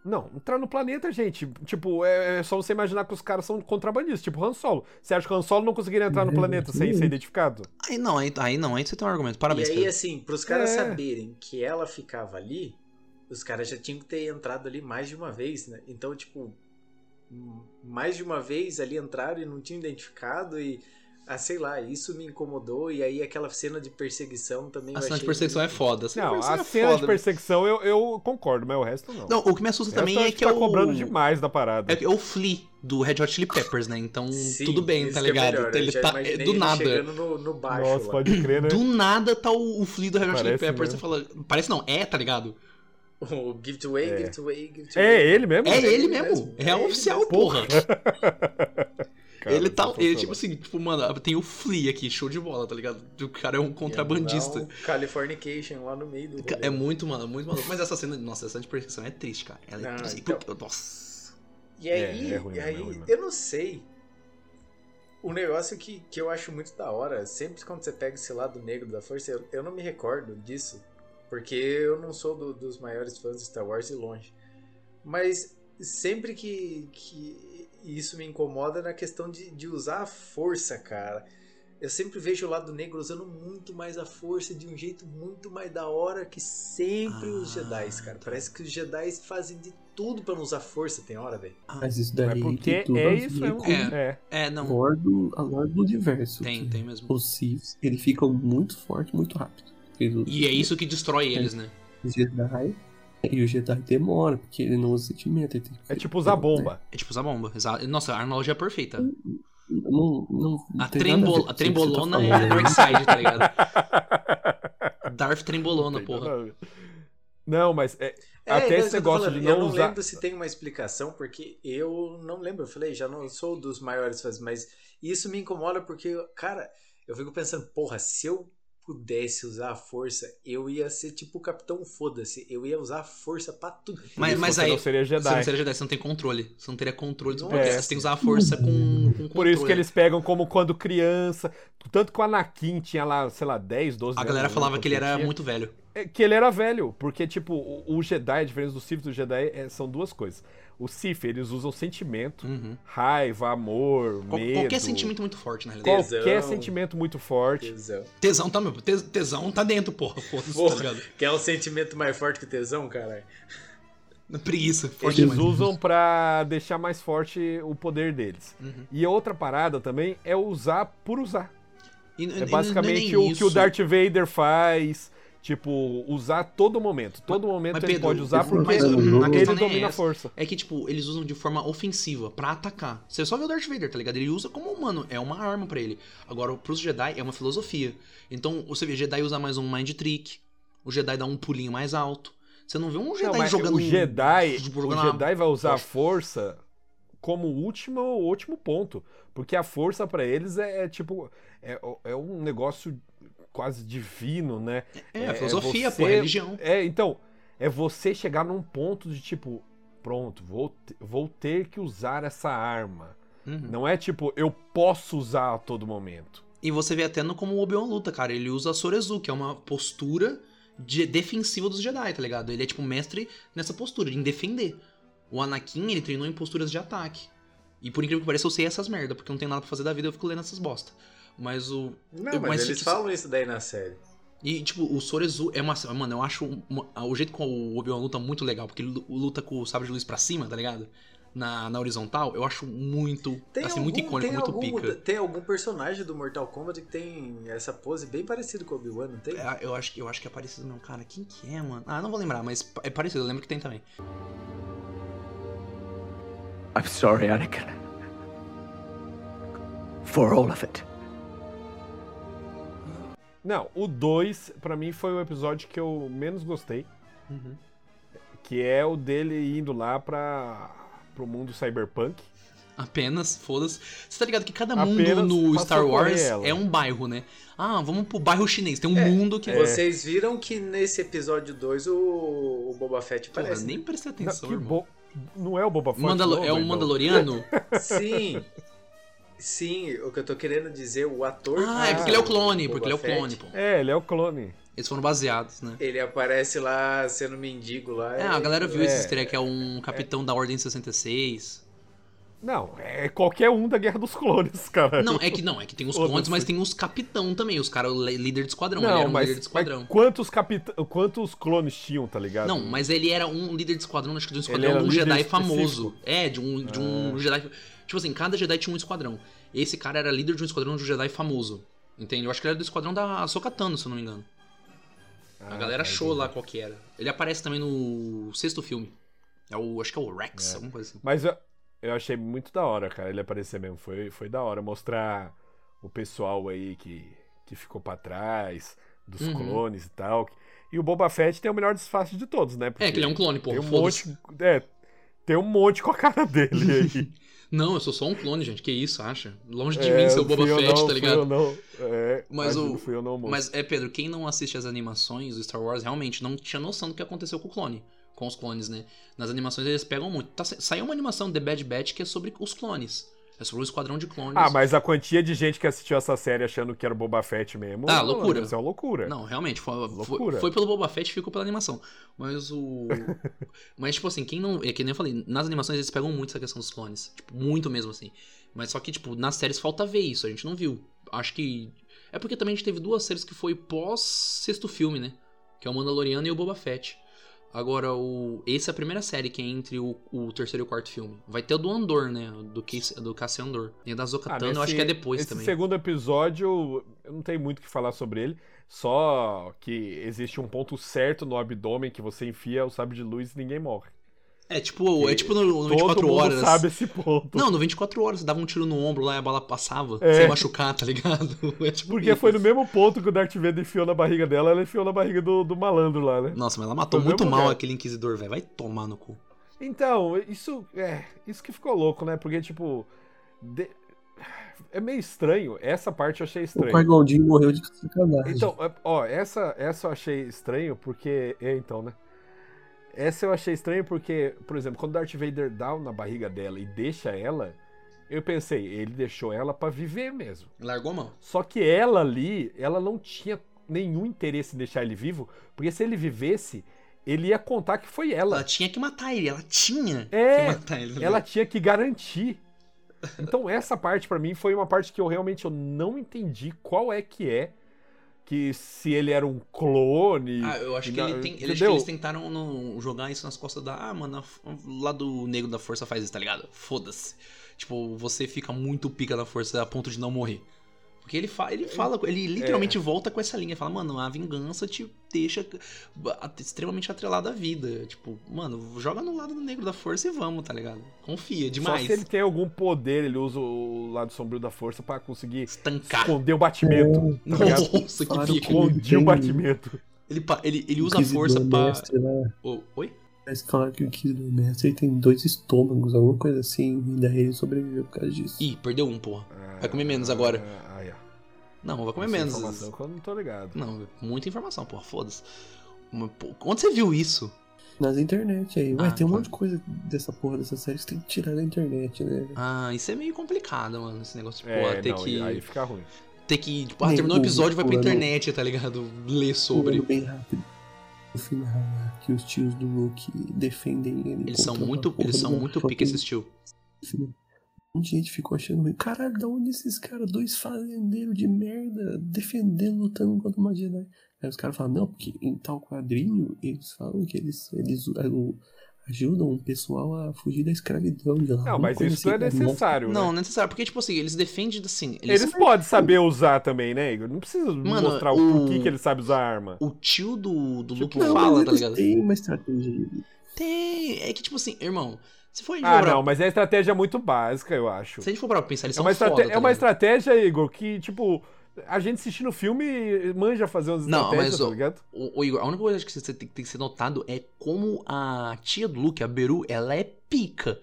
Não, entrar no planeta, gente. Tipo, é, é só você imaginar que os caras são contrabandistas, tipo Han Solo. Você acha que o Han Solo não conseguiria entrar no É, planeta sem ser exatamente. identificado? Aí não, aí, aí não, aí você tem um argumento. Parabéns, e aí, Pedro. assim, pros caras É. saberem que ela ficava ali, os caras já tinham que ter entrado ali mais de uma vez, né? Então, tipo, m- mais de uma vez ali entraram e não tinham identificado e. Ah, sei lá, isso me incomodou. E aí aquela cena de perseguição também. A eu cena de achei perseguição é muito- foda. A cena Não, de a perseguição cena é foda. de perseguição eu, eu concordo, mas o resto não. Não, o que O me assusta resto também eu é acho que tá é o... cobrando demais da parada. É que é o Flea do Red Hot Chili Peppers, né? Então, Sim, tudo bem, isso tá que é ligado? melhor, eu ele já tá imaginei do ele nada. Chegando no, no baixo. Nossa, lá. pode crer, né? Do nada tá o, o Flea do Red Hot Chili Parece Peppers. Você mesmo. fala. Parece não, é, tá ligado? O give it away, É. give it away, give it away. É ele mesmo? É ele ele mesmo, mesmo. É, é o ele oficial, mesmo. porra. Cara, ele tá. Ele, sensacional. tipo assim, tipo, mano, tem o Flea aqui, show de bola, tá ligado? O cara é um contrabandista. Não, Californication lá no meio do. Ca- rolê. É muito, mano, muito maluco. Mas essa cena, nossa, essa cena de perseguição é triste, cara. Ela é Não, triste. então- Porque- Nossa. E aí, É, é ruim e mesmo, aí é ruim mesmo. eu não sei. O negócio que, que eu acho muito da hora, sempre quando você pega esse lado negro da força, eu, eu não me recordo disso, porque eu não sou do- dos maiores fãs de Star Wars e longe. Mas sempre que, que isso me incomoda na questão de, de usar a força, cara. Eu sempre vejo o lado negro usando muito mais a força de um jeito muito mais da hora que sempre os Ah, Jedi, cara. tá. Parece que os Jedi fazem de tudo pra não usar força, tem hora, velho. Mas isso É daí porque tem tudo assim? é a isso, ver é um. com É. É, a não. lore do, a lore do universo. tipo. Tem, que tem mesmo. Os Siths, eles ficam muito fortes, muito rápido. Eles- E é isso que destrói eles, né? Os Jedi... E o Jedi demora, porque ele não usa sentimento. Ele tem que- É tipo usar bomba. É tipo usar bomba. exa- Nossa, a analogia é perfeita. Não, não, não A, tem nada trembol- ver com a o que você tá trembolona falando, é né? Darkseid, tá ligado? Darth Trembolona, Não tem porra. nada a ver. Não, mas é, É, Até esse é isso que eu tô negócio de falando. não Eu não usar- lembro se tem uma explicação, porque eu não lembro. Eu falei, já não sou dos maiores fãs, mas isso me incomoda porque, cara, eu fico pensando, porra, se eu pudesse usar a força, eu ia ser tipo o Capitão Foda-se. Eu ia usar a força pra tudo. Mas, isso, mas você aí. não seria Você não Jedi. seria Jedi, você não teria controle. Você não teria controle dos É. poderes. Você tem que usar a força com, com Por isso controle. que eles pegam como quando criança. Tanto que o Anakin tinha lá, sei lá, 10, 12 A anos. galera né, falava quando que ele era tinha. muito velho. É que ele era velho, porque, tipo, o, o Jedi, a diferença do Sith e do Jedi é- são duas coisas. O Sif, eles usam sentimento. Uhum. Raiva, amor, Qual- medo. Qualquer sentimento é muito forte, na realidade. Qualquer Tesão. sentimento muito forte. Tesão. Tesão tá, meu, tes- tesão tá dentro, porra. Foda-se, tá Porra. ligado? Que é um sentimento mais forte que tesão, caralho. Preguiça, forte Eles demais. usam pra deixar mais forte o poder deles. Uhum. E a outra parada também é usar por usar. E- e- e não É basicamente nem o que o isso. Darth Vader faz. Tipo, usar a todo momento. Todo momento mas, ele Pedro, pode usar mas- porque mas ele a questão nem é domina a essa. força. É que, tipo, eles usam de forma ofensiva pra atacar. Você só vê o Darth Vader, tá ligado? Ele usa como humano, é uma arma pra ele. Agora, pros Jedi, é uma filosofia. Então, você vê, Jedi usa mais um mind trick. O Jedi dá um pulinho mais alto. Você não vê um tipo Jedi Não, mas jogando. o Jedi, jogando o uma- Jedi vai usar a força como último, último ponto. Porque a força pra eles é, é tipo. É, é um negócio quase divino, né? É, é filosofia, você- pô, religião. É, então. É você chegar num ponto de tipo. Pronto, vou, te- vou ter que usar essa arma. Uhum. Não é tipo, eu posso usar a todo momento. E você vê até no como o Obi-Wan luta, cara. Ele usa a Sorezu, que é uma postura de- defensiva dos Jedi, tá ligado? Ele é tipo mestre nessa postura, em defender. O Anakin, ele treinou em posturas de ataque. E por incrível que pareça, eu sei essas merda, porque eu não tenho nada pra fazer da vida, eu fico lendo essas bosta. Mas o. Não, Eu- mas, mas eles se- falam isso daí na série. E, tipo, o Sorezu é uma. Mano, eu acho uma- o jeito como o Obi-Wan luta muito legal, porque ele lu- luta com o sabre de luz pra cima, tá ligado? Na, na horizontal, eu acho muito. Tem assim, algum, muito icônico, tem muito algum, pica. Tem algum personagem do Mortal Kombat que tem essa pose bem parecida com o Obi-Wan, não tem? É, Eu acho, que- eu acho que é parecido mesmo, cara. Quem que é, mano? Ah, não vou lembrar, mas pa- é parecido, eu lembro que tem também. I'm sorry, Anakin. For all of it. Não, o 2, pra mim, foi o episódio que eu menos gostei. Uhum. Que é o dele indo lá pra, pro mundo cyberpunk. Apenas, foda-se. Você tá ligado que cada Apenas mundo no pra Star socorrer Wars ela. é um bairro, né? Ah, vamos pro bairro chinês. Tem um É, mundo que. Porra, Vocês viram que nesse episódio 2 o, o Boba Fett aparece. nem prestei Não, atenção, que irmão. bo... não é o Boba Fett. Mandalo- novo, é o irmão. Mandaloriano? Sim. Sim, o que eu tô querendo dizer, o ator. ah, é que porque Ah, ele é o faz clone, Boba porque ele é o Fett, clone, pô. É, ele é o clone. Eles foram baseados, né? Ele aparece lá sendo mendigo lá. É, a galera viu é, esse easter egg, que é um capitão da Ordem 66. Não, é qualquer um da Guerra dos Clones, cara. Não, é que não, é que tem os Foda-se. clones, mas tem os capitão também, os caras, o líder de esquadrão. Não, ele era um mas, é líder de esquadrão. mas quantos, capit... quantos clones tinham, tá ligado? Não, mas ele era um líder de esquadrão, acho que de um esquadrão era de um líder Jedi específico? Ah. famoso. É, de um, de um Jedi. Tipo assim, cada Jedi tinha um esquadrão. Esse cara era líder de um esquadrão de um Jedi famoso. Entende? Eu acho que ele era do esquadrão da Sokatano, se eu não me engano. Ah, A galera tá, achou entendi. lá qual que era. Ele aparece também no sexto filme. É o, acho que é o Rex, alguma coisa assim. Mas eu, eu achei muito da hora, cara, ele aparecer mesmo. Foi, foi da hora mostrar o pessoal aí que, que ficou pra trás, dos Uhum. clones e tal. E o Boba Fett tem o melhor disfarce de todos, né? É, que ele é um clone, tem porra. um foda-se. monte. É, tem um monte com a cara dele aí. Não, eu sou só um clone, gente. Que isso, acha? Longe de É, mim, seu Boba fui eu Fett, não, tá fui ligado? eu não. É, Mas mas o- o. Fui eu não, moço. Mas é, Pedro, quem não assiste as animações do Star Wars realmente não tinha noção do que aconteceu com o clone. Com os clones, né? Nas animações eles pegam muito. Tá, sa- saiu uma animação The Bad Batch que é sobre os clones. É sobre um esquadrão de clones. Ah, mas a quantia de gente que assistiu essa série achando que era o Boba Fett mesmo. Ah, loucura. Isso é uma loucura. Não, realmente, foi, foi- Loucura. foi pelo Boba Fett e ficou pela animação. Mas o. mas, tipo assim, quem não. É que nem eu falei, nas animações eles pegam muito essa questão dos clones. Tipo, muito mesmo assim. Mas só que, tipo, nas séries falta ver isso, a gente não viu. Acho que. É porque também a gente teve duas séries que foi pós sexto filme, né? Que é o Mandaloriano e o Boba Fett. Agora, o. Essa é a primeira série que é entre o, o terceiro e o quarto filme. Vai ter o do Andor, né? Do, Cass- do Cassian Andor. E a da Ah, Zocatano, eu nesse- acho que é depois esse também. segundo episódio, eu não tenho muito o que falar sobre ele. Só que existe um ponto certo no abdômen que você enfia o sabre de luz e ninguém morre. É tipo, é Que tipo no, no Todo 24 mundo horas. sabe esse ponto. Não, no 24 horas, você dava um tiro no ombro lá e a bala passava, É. sem machucar, tá ligado? É tipo Porque isso. foi no mesmo ponto que o Darth Vader enfiou na barriga dela, ela enfiou na barriga do, do malandro lá, né? Nossa, mas ela matou Foi no muito mesmo mal lugar. aquele inquisidor, velho. Vai tomar no cu. Então, isso é isso que ficou louco, né? Porque, tipo. de- É meio estranho. Essa parte eu achei O estranho. Pai Gondinho morreu de sacanagem. Então, é- ó, essa, essa eu achei estranho porque. É, então, né? Essa eu achei estranho porque, por exemplo, quando Darth Vader dá na barriga dela e deixa ela, eu pensei, ele deixou ela pra viver mesmo. Largou a mão. Só que ela ali, ela não tinha nenhum interesse em deixar ele vivo, porque se ele vivesse, ele ia contar que foi ela. Ela tinha que matar ele, ela tinha É, que matar ele. tá ela ligado? tinha que garantir. Então essa parte pra mim foi uma parte que eu realmente eu não entendi qual é que é que se ele era um clone. Ah, eu acho que, Não, ele tem, ele- acho que entendeu? eles tentaram no- jogar isso nas costas da. Ah, mano, a- lá do negro da força faz isso, tá ligado? Foda-se. Tipo, você fica muito pica na força a ponto de não morrer. Porque ele, fa ele fala, ele É. literalmente volta com essa linha. Fala, mano, a vingança te deixa a- extremamente atrelado à vida. Tipo, mano, joga no lado do negro da força e vamos, tá ligado? Confia Só demais. se ele tem algum poder, ele usa o lado sombrio da força pra conseguir Estancar. esconder o batimento. tá ligado? Nossa, que Claro pica. que- Esconde o tem- batimento. Ele, pa- ele, ele O usa a força Inquisidor pra. Mestre lá, Oh, oi? Parece que falaram que o Inquisidor Mestre ele tem dois estômagos, alguma coisa assim, e daí ele sobreviveu por causa disso. Ih, perdeu um, porra. Vai comer menos agora. Ah, é. Não, vai comer Essa menos. é informação que eu não tô ligado. Não, muita informação, porra, foda-se. Uma- pô, Onde você viu isso? Nas internet aí. Ué, Ah, tem um tá. monte de coisa dessa porra dessa série que você tem que tirar da internet, né? Ah, isso é meio complicado, mano. Esse negócio, tipo, É, ter, não, que, aí fica ruim. ter que. Tipo, ah, Nem terminou o o episódio, vai pra fulano- internet, tá ligado? Ler Falando sobre. bem rápido. No final, lá, que os tios do Luke defendem ele. Eles são contra a muito. porra Eles são da muito foto pica do esses tio. filho. Um monte de gente ficou achando ruim. Caralho, da onde esses caras, dois fazendeiros de merda, defendendo, lutando contra uma Jedi? Aí os caras falam, não, porque em tal quadrinho eles falam que eles, eles ah, o- ajudam o pessoal a fugir da escravidão de lá. Não, Uma mas coisa isso não é assim, cara, necessário, né? Não, não é necessário, porque, tipo assim, eles defendem assim. Eles, Eles, podem saber usar também, né, Igor? Não precisa Mano, mostrar o o- porquê que ele sabe usar a arma. O tio do, do Tipo, Luke Não, fala, mas tá eles ligado? têm uma estratégia. Tem. É que, tipo assim, irmão, se for. Ah, pra... não, mas é estratégia muito básica, eu acho. Se a gente for pra pensar, eles É são uma, estrate- foda, tá é uma ligado? estratégia, Igor, que, tipo, a gente assistindo filme manja fazer umas Não, estratégias, mas, tá ó, ligado? Ô, ô, Igor, a única coisa que você tem, tem que ser notado é como a tia do Luke, a Beru, ela é pica.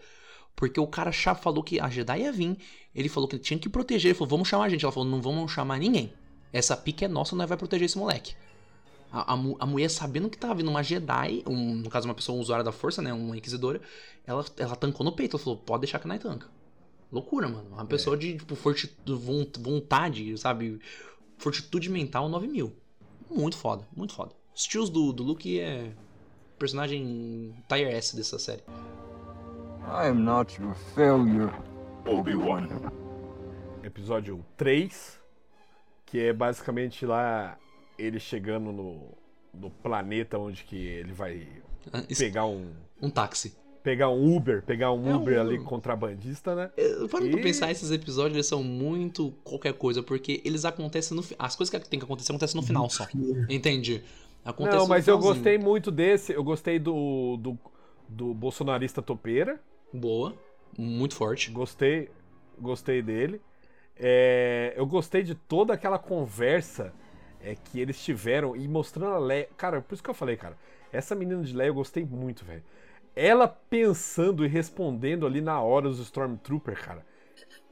Porque o cara chá falou que a Jedi ia vir, ele falou que tinha que proteger, ele falou, vamos chamar a gente. Ela falou, não vamos chamar ninguém. Essa pica é nossa, nós vai proteger esse moleque. A, a, mu- a mulher sabendo que tava vindo uma Jedi, um- no caso uma pessoa um usuária da força, né, uma inquisidora, ela, ela tancou no peito, ela falou, pode deixar que nós tanca. Loucura, mano. Uma pessoa de, tipo, forti- von- vontade, sabe, fortitude mental 9000. Muito foda, muito foda. Os tios do, do Luke é personagem tier S dessa série. I am not your failure. Obi-Wan. Episódio 3, que é basicamente lá ele chegando no, no planeta onde que ele vai Ah, isso- pegar um. Um táxi. Pegar um Uber, pegar um É Uber um- ali contrabandista, né? Eu- É, Parando pra E- pensar, esses episódios eles são muito qualquer coisa, porque eles acontecem no fi- As coisas que tem que acontecer acontecem no final só. Entende? Acontece Não, no mas eu finalzinho. gostei muito desse. Eu gostei do, do, do bolsonarista topeira. Boa. Muito forte. Gostei, gostei dele. É, eu gostei de toda aquela conversa é, que eles tiveram e mostrando a Leia. Cara, por isso que eu falei, cara. Essa menina de Leia eu gostei muito, velho. Ela pensando e respondendo ali na hora os Stormtrooper, cara.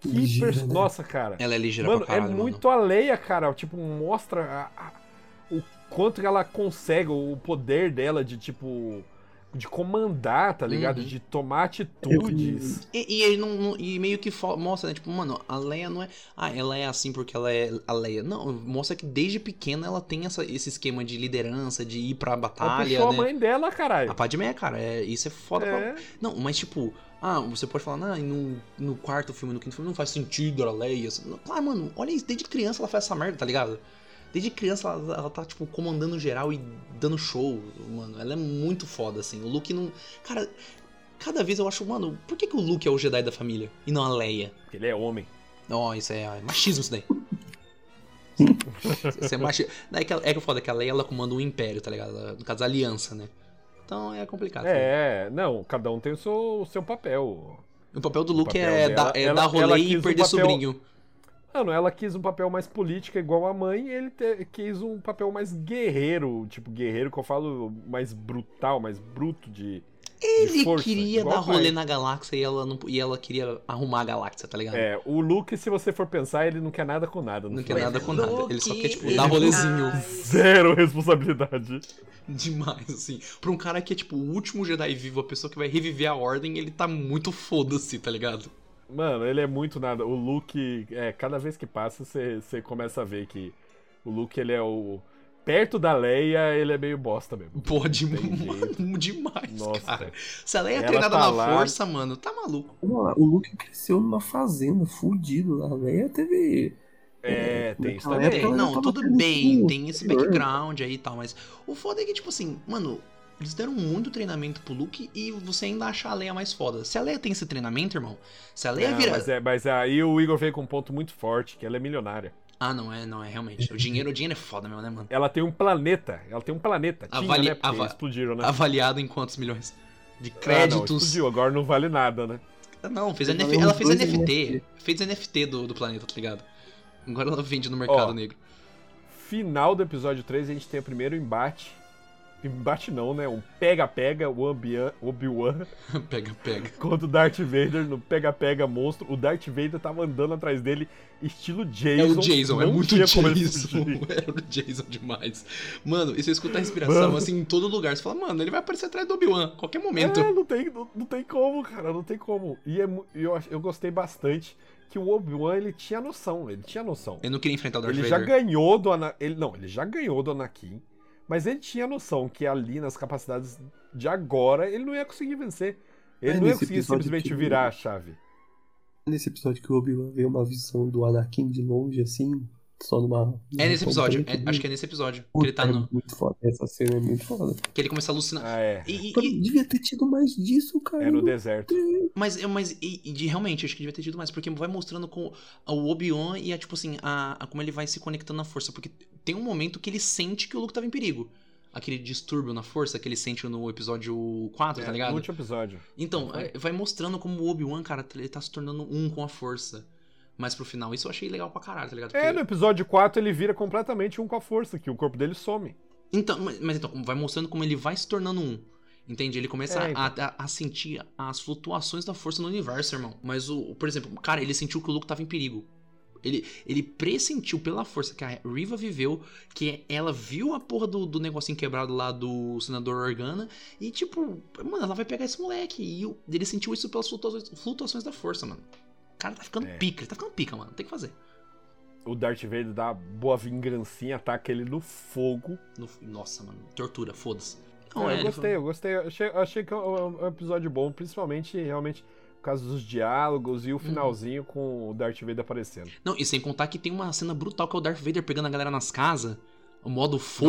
Que Ligeira, perso- né? Nossa, cara. Ela é ligeira Mano, pra caralho. é mano. muito alheia, cara. Tipo, mostra a- a- o quanto que ela consegue, o poder dela de, tipo, de comandar, tá ligado? Uhum. De tomar atitudes. E, e ele não, não- e meio que fo- mostra, né? Tipo, mano, a Leia não é. Ah, ela é assim porque ela é a Leia. Não, mostra que desde pequena ela tem essa, esse esquema de liderança, de ir pra Ela batalha, puxou né? a mãe dela, caralho. A Padmé, cara, é, isso é foda pra É. Não, mas tipo, ah, você pode falar, ah, no, no quarto filme, no quinto filme, não faz sentido ela Leia. essa- Não, Claro, mano, olha isso, desde criança ela faz essa merda, tá ligado? Desde criança ela, ela tá, tipo, comandando geral e dando show, mano. Ela é muito foda, assim. O Luke não. Cara, cada vez eu acho, mano, por que, que o Luke é o Jedi da família e não a Leia? Porque ele é homem. Ó, isso é ah, machismo isso daí. isso é machismo. É que, é que foda que a Leia ela comanda um império, tá ligado? Ela- No caso, a aliança, né? Então é complicado. né? É, não, cada um tem o seu, o seu papel. O papel do Luke papel é, dela- dar, é ela- dar ela rolê quis e um perder papel- sobrinho. Mano, ela quis um papel mais política igual a mãe e ele te- quis um papel mais guerreiro, tipo, guerreiro que eu falo mais brutal, mais bruto de. Ele força, queria igual dar o pai. rolê na galáxia e ela, não, e ela queria arrumar a galáxia, tá ligado? É, o Luke, se você for pensar, ele não quer nada com nada. no Não quer final. nada com nada. Ele só quer, tipo, ele é dar não- rolezinho. Zero responsabilidade. Demais, assim. Pra um cara que é, tipo, o último Jedi vivo, a pessoa que vai reviver a ordem, ele tá muito foda-se, tá ligado? Mano, ele é muito nada. O Luke, é, cada vez que passa, você começa a ver que o Luke ele é o perto da Leia, ele é meio bosta mesmo. Porra, de... Tem jeito. demais, Nossa, cara. cara. Se a Leia é Ela treinada tá na lá. força, mano, tá maluco. Vamos lá, o Luke cresceu numa fazenda, fudido lá, velho. Teve. É, tem isso Naquela também. época, ela não, tava tudo tendo bem, um tem esse interior. background aí e tal, mas o foda é que, tipo assim, mano, eles deram muito treinamento pro Luke e você ainda acha a Leia mais foda. Se a Leia tem esse treinamento, irmão, se a Leia Ah, vira. mas, é, mas aí o Igor veio com um ponto muito forte, que ela é milionária. Ah, não, é, não, é realmente. O dinheiro, o dinheiro é foda mesmo, né, mano? Ela tem um planeta. Ela tem um planeta. Tinha, Avali- né? Porque ava- explodiram, né? Avaliado em quantos milhões? De Ah, não, créditos. explodiu, agora não vale nada, né? Ah, Não, fez Ela NF ganhou ela uns fez dois NFT. Fez NFT do, do planeta, tá ligado? Agora ela vende no mercado Ó. negro. Final do episódio 3, a gente tem o primeiro embate. Embate não, né? Um pega-pega, o Ambian- Obi-Wan pega, pega. contra o Darth Vader no pega-pega monstro. O Darth Vader tava andando atrás dele, estilo Jason. É o Jason, é Não muito tinha como Jason. ele fugir. É o Jason demais. Mano, e você escuta a respiração Mano. assim em todo lugar. Você fala, mano, ele vai aparecer atrás do Obi-Wan, qualquer momento. É, não tem, não, não tem como, cara, não tem como. E é mu- e eu, ach- eu gostei bastante que o Obi-Wan, ele tinha noção, ele tinha noção. Eu não queria enfrentar o Darth Ele já Vader. ganhou do Ana... ele Não, ele já ganhou do Anakin, mas ele tinha noção que ali, nas capacidades de agora, ele não ia conseguir vencer. Ele É, não ia nesse conseguir episódio simplesmente que- virar a chave. Nesse episódio que o Obi-Wan vê uma visão do Anakin de longe, assim, só numa. É nesse episódio, é- acho que é nesse episódio. Que ele tá é no. muito foda. Essa cena é muito foda. Que ele começa a alucinar. Ah, é. E- Pô, e- e- Devia ter tido mais disso, cara. É no deserto. mas eu- mas e, e de, realmente, acho que devia ter tido mais, porque vai mostrando com o Obi-Wan e a, tipo assim, a, a como ele vai se conectando na força. Porque tem um momento que ele sente que o Luke tava em perigo. Aquele distúrbio na força que ele sente no episódio 4, tá É, ligado? No último episódio. Então, Foi. é, vai mostrando como o Obi-Wan, cara, ele tá se tornando um com a força. Mas pro final, isso eu achei legal pra caralho, tá ligado? É, Porque- no episódio 4 ele vira completamente um com a força, que o corpo dele some. Então, mas, mas então, vai mostrando como ele vai se tornando um. Entende? Ele começa É, a, a- a sentir as flutuações da força no universo, irmão. Mas o, por exemplo, cara, ele sentiu que o Luke tava em perigo. Ele, ele pressentiu pela força que a Riva viveu, que ela viu a porra do, do negocinho quebrado lá do senador Organa, e tipo, mano, ela vai pegar esse moleque. E o- ele sentiu isso pelas flutuações, flutuações da força, mano. O cara tá ficando É. pica, ele tá ficando pica, mano. Tem que fazer. O Darth Vader dá uma boa vingancinha, ataca ele no fogo. No- nossa, mano, tortura, foda-se. É, ele eu gostei, eu gostei. Eu Achei, eu achei que é um, é um episódio bom, principalmente realmente por causa dos diálogos e o finalzinho com o Darth Vader aparecendo. Não, e sem contar que tem uma cena brutal que é o Darth Vader pegando a galera nas casas. O modo Nossa,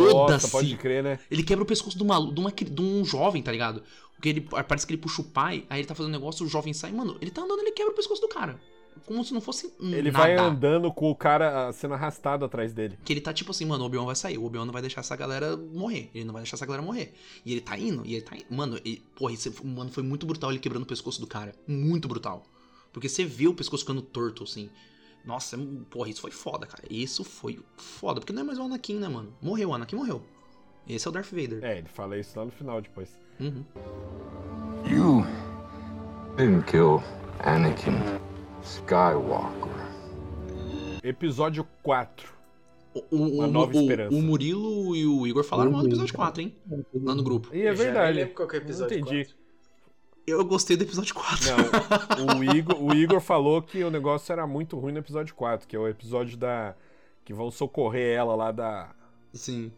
pode foda-se. crer, né? Ele quebra o pescoço de, uma, de, uma cri- de um jovem, tá ligado? Porque ele, parece que ele puxa o pai, aí ele tá fazendo um negócio, o jovem sai. Mano, ele tá andando, ele quebra o pescoço do cara. Como se não fosse Ele nada. vai andando com o cara ah, sendo arrastado atrás dele. Que ele tá tipo assim, mano, o Obi-Wan vai sair, o Obi-Wan não vai deixar essa galera morrer, ele não vai deixar essa galera morrer. E ele tá indo, e ele tá indo. Mano, e, porra, isso, mano, foi muito brutal ele quebrando o pescoço do cara. Muito brutal. Porque você vê o pescoço ficando torto, assim. Nossa, é um- porra, isso foi foda, cara. Isso foi foda. Porque não é mais o Anakin, né, mano? Morreu, o Anakin morreu. Esse é o Darth Vader. É, ele fala isso lá no final depois. Uhum. You didn't kill Anakin Skywalker. Episódio 4. O, o- Uma o- nova o- esperança. o Murilo e o Igor falaram Uhum, mal do episódio cara. 4, hein? Lá no grupo. E é Eu já nem verdade. lembro qual que é o Não episódio entendi. quatro. Eu gostei do episódio 4. Não, o Igor, o Igor falou que o negócio era muito ruim no episódio 4, que é o episódio da. que vão socorrer ela lá da. Sim.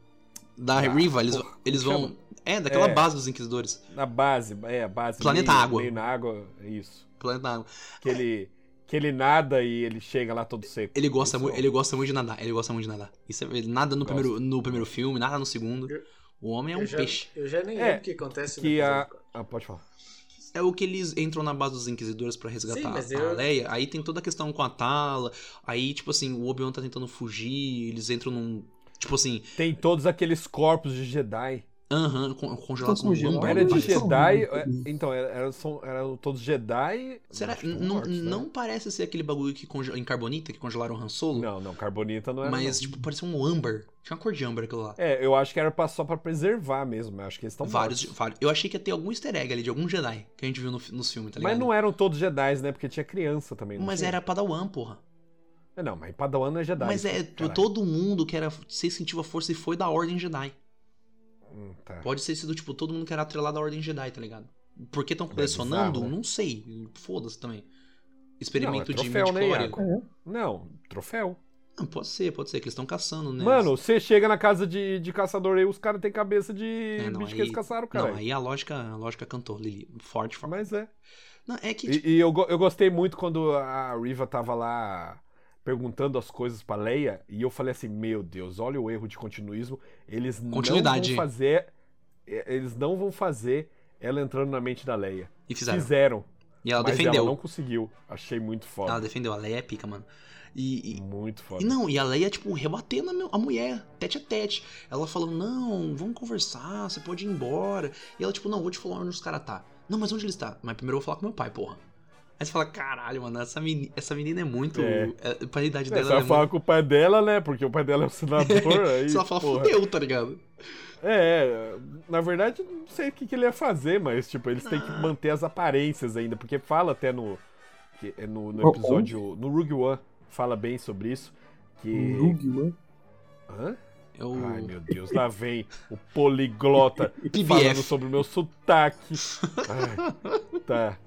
Da Ah, Riva, eles, porra, eles como vão. É, daquela É. base dos Inquisidores. na base. É, a base. Planeta meio- Água. Meio na água, isso. Planeta Água. Que ele, que ele nada e ele chega lá todo seco. Ele gosta, mu- é muito. ele gosta muito de nadar. Ele gosta muito de nadar. Isso é, ele nada no Gosta. primeiro, no primeiro filme, nada no segundo. Eu- O homem é um eu já, peixe. Eu já nem É, lembro o que acontece no que a- episódio quatro. Ah, pode falar. É o que eles entram na base dos Inquisidores pra Sim, resgatar mas a eu- Leia. Aí tem toda a questão com a Tala. Aí, tipo assim, o Obi-Wan tá tentando fugir. Eles entram num. Tipo assim, Tem todos aqueles corpos de Jedi. aham, con- congelados Tá num congelado, bomba. Era de mas são Jedi. muito é, bonitos. Então, era- eram são- eram todos Jedi. Será? acho que Não, mortos, né? não parece ser aquele bagulho que conge... em carbonita que congelaram o Han Solo? Não, não, carbonita não era. Mas, não. tipo, parecia um âmbar. Tinha uma cor de âmbar aquilo lá. É, eu acho que era pra- só pra preservar mesmo. Eu acho que eles estão vários, mortos. vários. Eu achei que ia ter algum easter egg ali de algum Jedi que a gente viu no, fi- nos filmes, tá ligado? Mas não eram todos Jedi, né? Porque tinha criança também. não Mas tinha? era Padawan, porra. É, Não, mas Padawan não é Jedi. Mas é t- caralho. todo mundo que era se sentiu a força e foi da Ordem Jedi. Hum, tá. Pode ser sido, tipo, todo mundo que era atrelado à Ordem Jedi, tá ligado? Por que estão É colecionando? bizarro, né? Não sei. Foda-se também. Experimento Não, é de troféu, né, Midichlorian. Iago? Não, troféu. Não, pode ser, pode ser, que eles estão caçando, né? Mano, você chega na casa de, de caçador aí, os caras têm cabeça de É, não, bicho que eles aí- caçaram, cara. não, aí a lógica, a lógica cantou, Lili. Forte, forte. Mas é. Não, é que, tipo, E, e eu, go- eu gostei muito quando a Riva tava lá perguntando as coisas pra Leia, e eu falei assim, meu Deus, olha o erro de continuismo. Eles Continuidade. não vão fazer. é, Eles não vão fazer ela entrando na mente da Leia. e fizeram. Fizeram. E ela mas defendeu. ela não conseguiu. Achei muito foda. Ela defendeu, a Leia é pica, mano. E, e- Muito e foda. não, e a Leia, tipo, rebatendo a, meu- a mulher, tete a tete. Ela falando, não, vamos conversar, você pode ir embora. E ela, tipo, não, vou te falar onde os caras tá. Não, mas onde eles tá? Mas primeiro eu vou falar com meu pai, porra. Aí você fala, caralho, mano, essa, meni- essa menina é muito. É. É. pra idade É, dela, se ela ela é fala muito. com o pai dela, né? Porque o pai dela é um senador. aí, Se ela fala, porra. fudeu, tá ligado? É, na verdade, não sei o que, que ele ia fazer, mas, tipo, eles têm que Ah. manter as aparências ainda, porque fala até no, que é no, no Oh, oh. episódio. No Rogue One, fala bem sobre isso. Que. Rogue One. Hã? É o Ai, meu Deus, lá vem o poliglota falando PBF. sobre o meu sotaque. Ai, tá.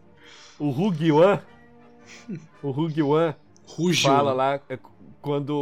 O Rogue One. O Rogue One Ruge. fala lá é, quando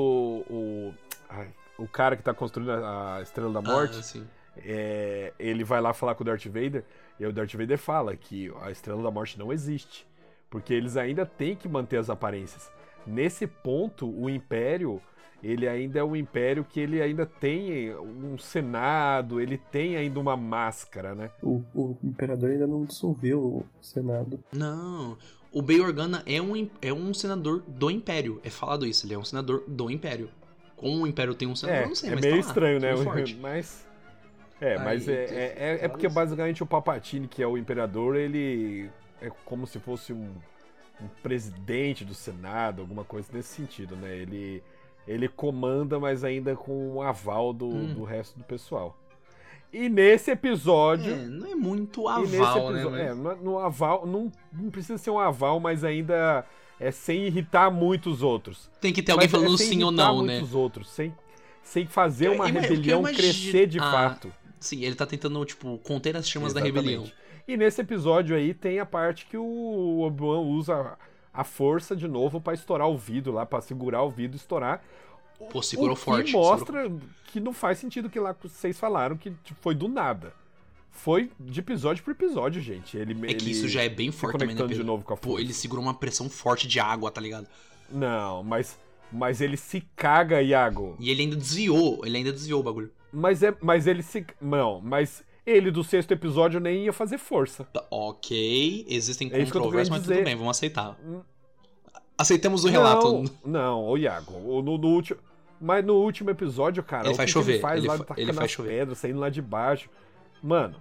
o. ai, o cara que tá construindo a a Estrela da Morte. Ah, sim. É, ele vai lá falar com o Darth Vader e aí o Darth Vader fala que a Estrela da Morte não existe, porque eles ainda têm que manter as aparências. Nesse ponto, o Império ele ainda é um império que ele ainda tem um senado, ele tem ainda uma máscara, né? O, o imperador ainda não dissolveu o Senado. Não. O Bay Organa é um, im- é um senador do Império. É falado isso, ele é um senador do Império. Como o Império tem um senador, é, eu não sei, é mas meio tá lá, estranho, né? muito forte. Mas é, mas Aí, é, tem- é- é- é porque basicamente o Papatini, que é o imperador, ele é como se fosse um, um presidente do Senado, alguma coisa nesse sentido, né? Ele ele comanda, mas ainda com o aval do, Hum. do resto do pessoal. E nesse episódio, É, não é muito e nesse aval, né? episo- mas- é, no, no aval, não, não precisa ser um aval, mas ainda é sem irritar muito os outros. Tem que ter alguém Mas falando é sem sim ou irritar não, né? muitos outros, sem, sem fazer Eu- uma eu- eu- eu rebelião imagino- crescer de Ah, fato. Sim, ele tá tentando, tipo, conter as chamas da Exatamente. rebelião. E nesse episódio aí tem a parte que o Obi-Wan usa a força de novo pra estourar o vidro lá, pra segurar o vidro e estourar. O- Pô, segurou o que forte, mostra que não faz sentido que lá vocês falaram que tipo, foi do nada. Foi de episódio por episódio, gente. Ele, É que isso já é bem forte também, né, conectando de Pedro? novo com a força. Pô, ele segurou uma pressão forte de água, tá ligado? Não, mas, mas ele se caga, Iago. E ele ainda desviou, ele ainda desviou o bagulho. Mas é, mas ele se, não, mas ele do sexto episódio nem ia fazer força. Tá, Ok, existem É isso que eu tô controvérsias, mas querendo tudo dizer. bem, vamos aceitar. Hum. Aceitamos o relato. Não, não ô Iago, o- no, no último, mas no último episódio, cara, Ele o faz que que chover, ele faz ele lá, fa- tacando ele faz as chover. pedras, saindo lá de baixo. Mano,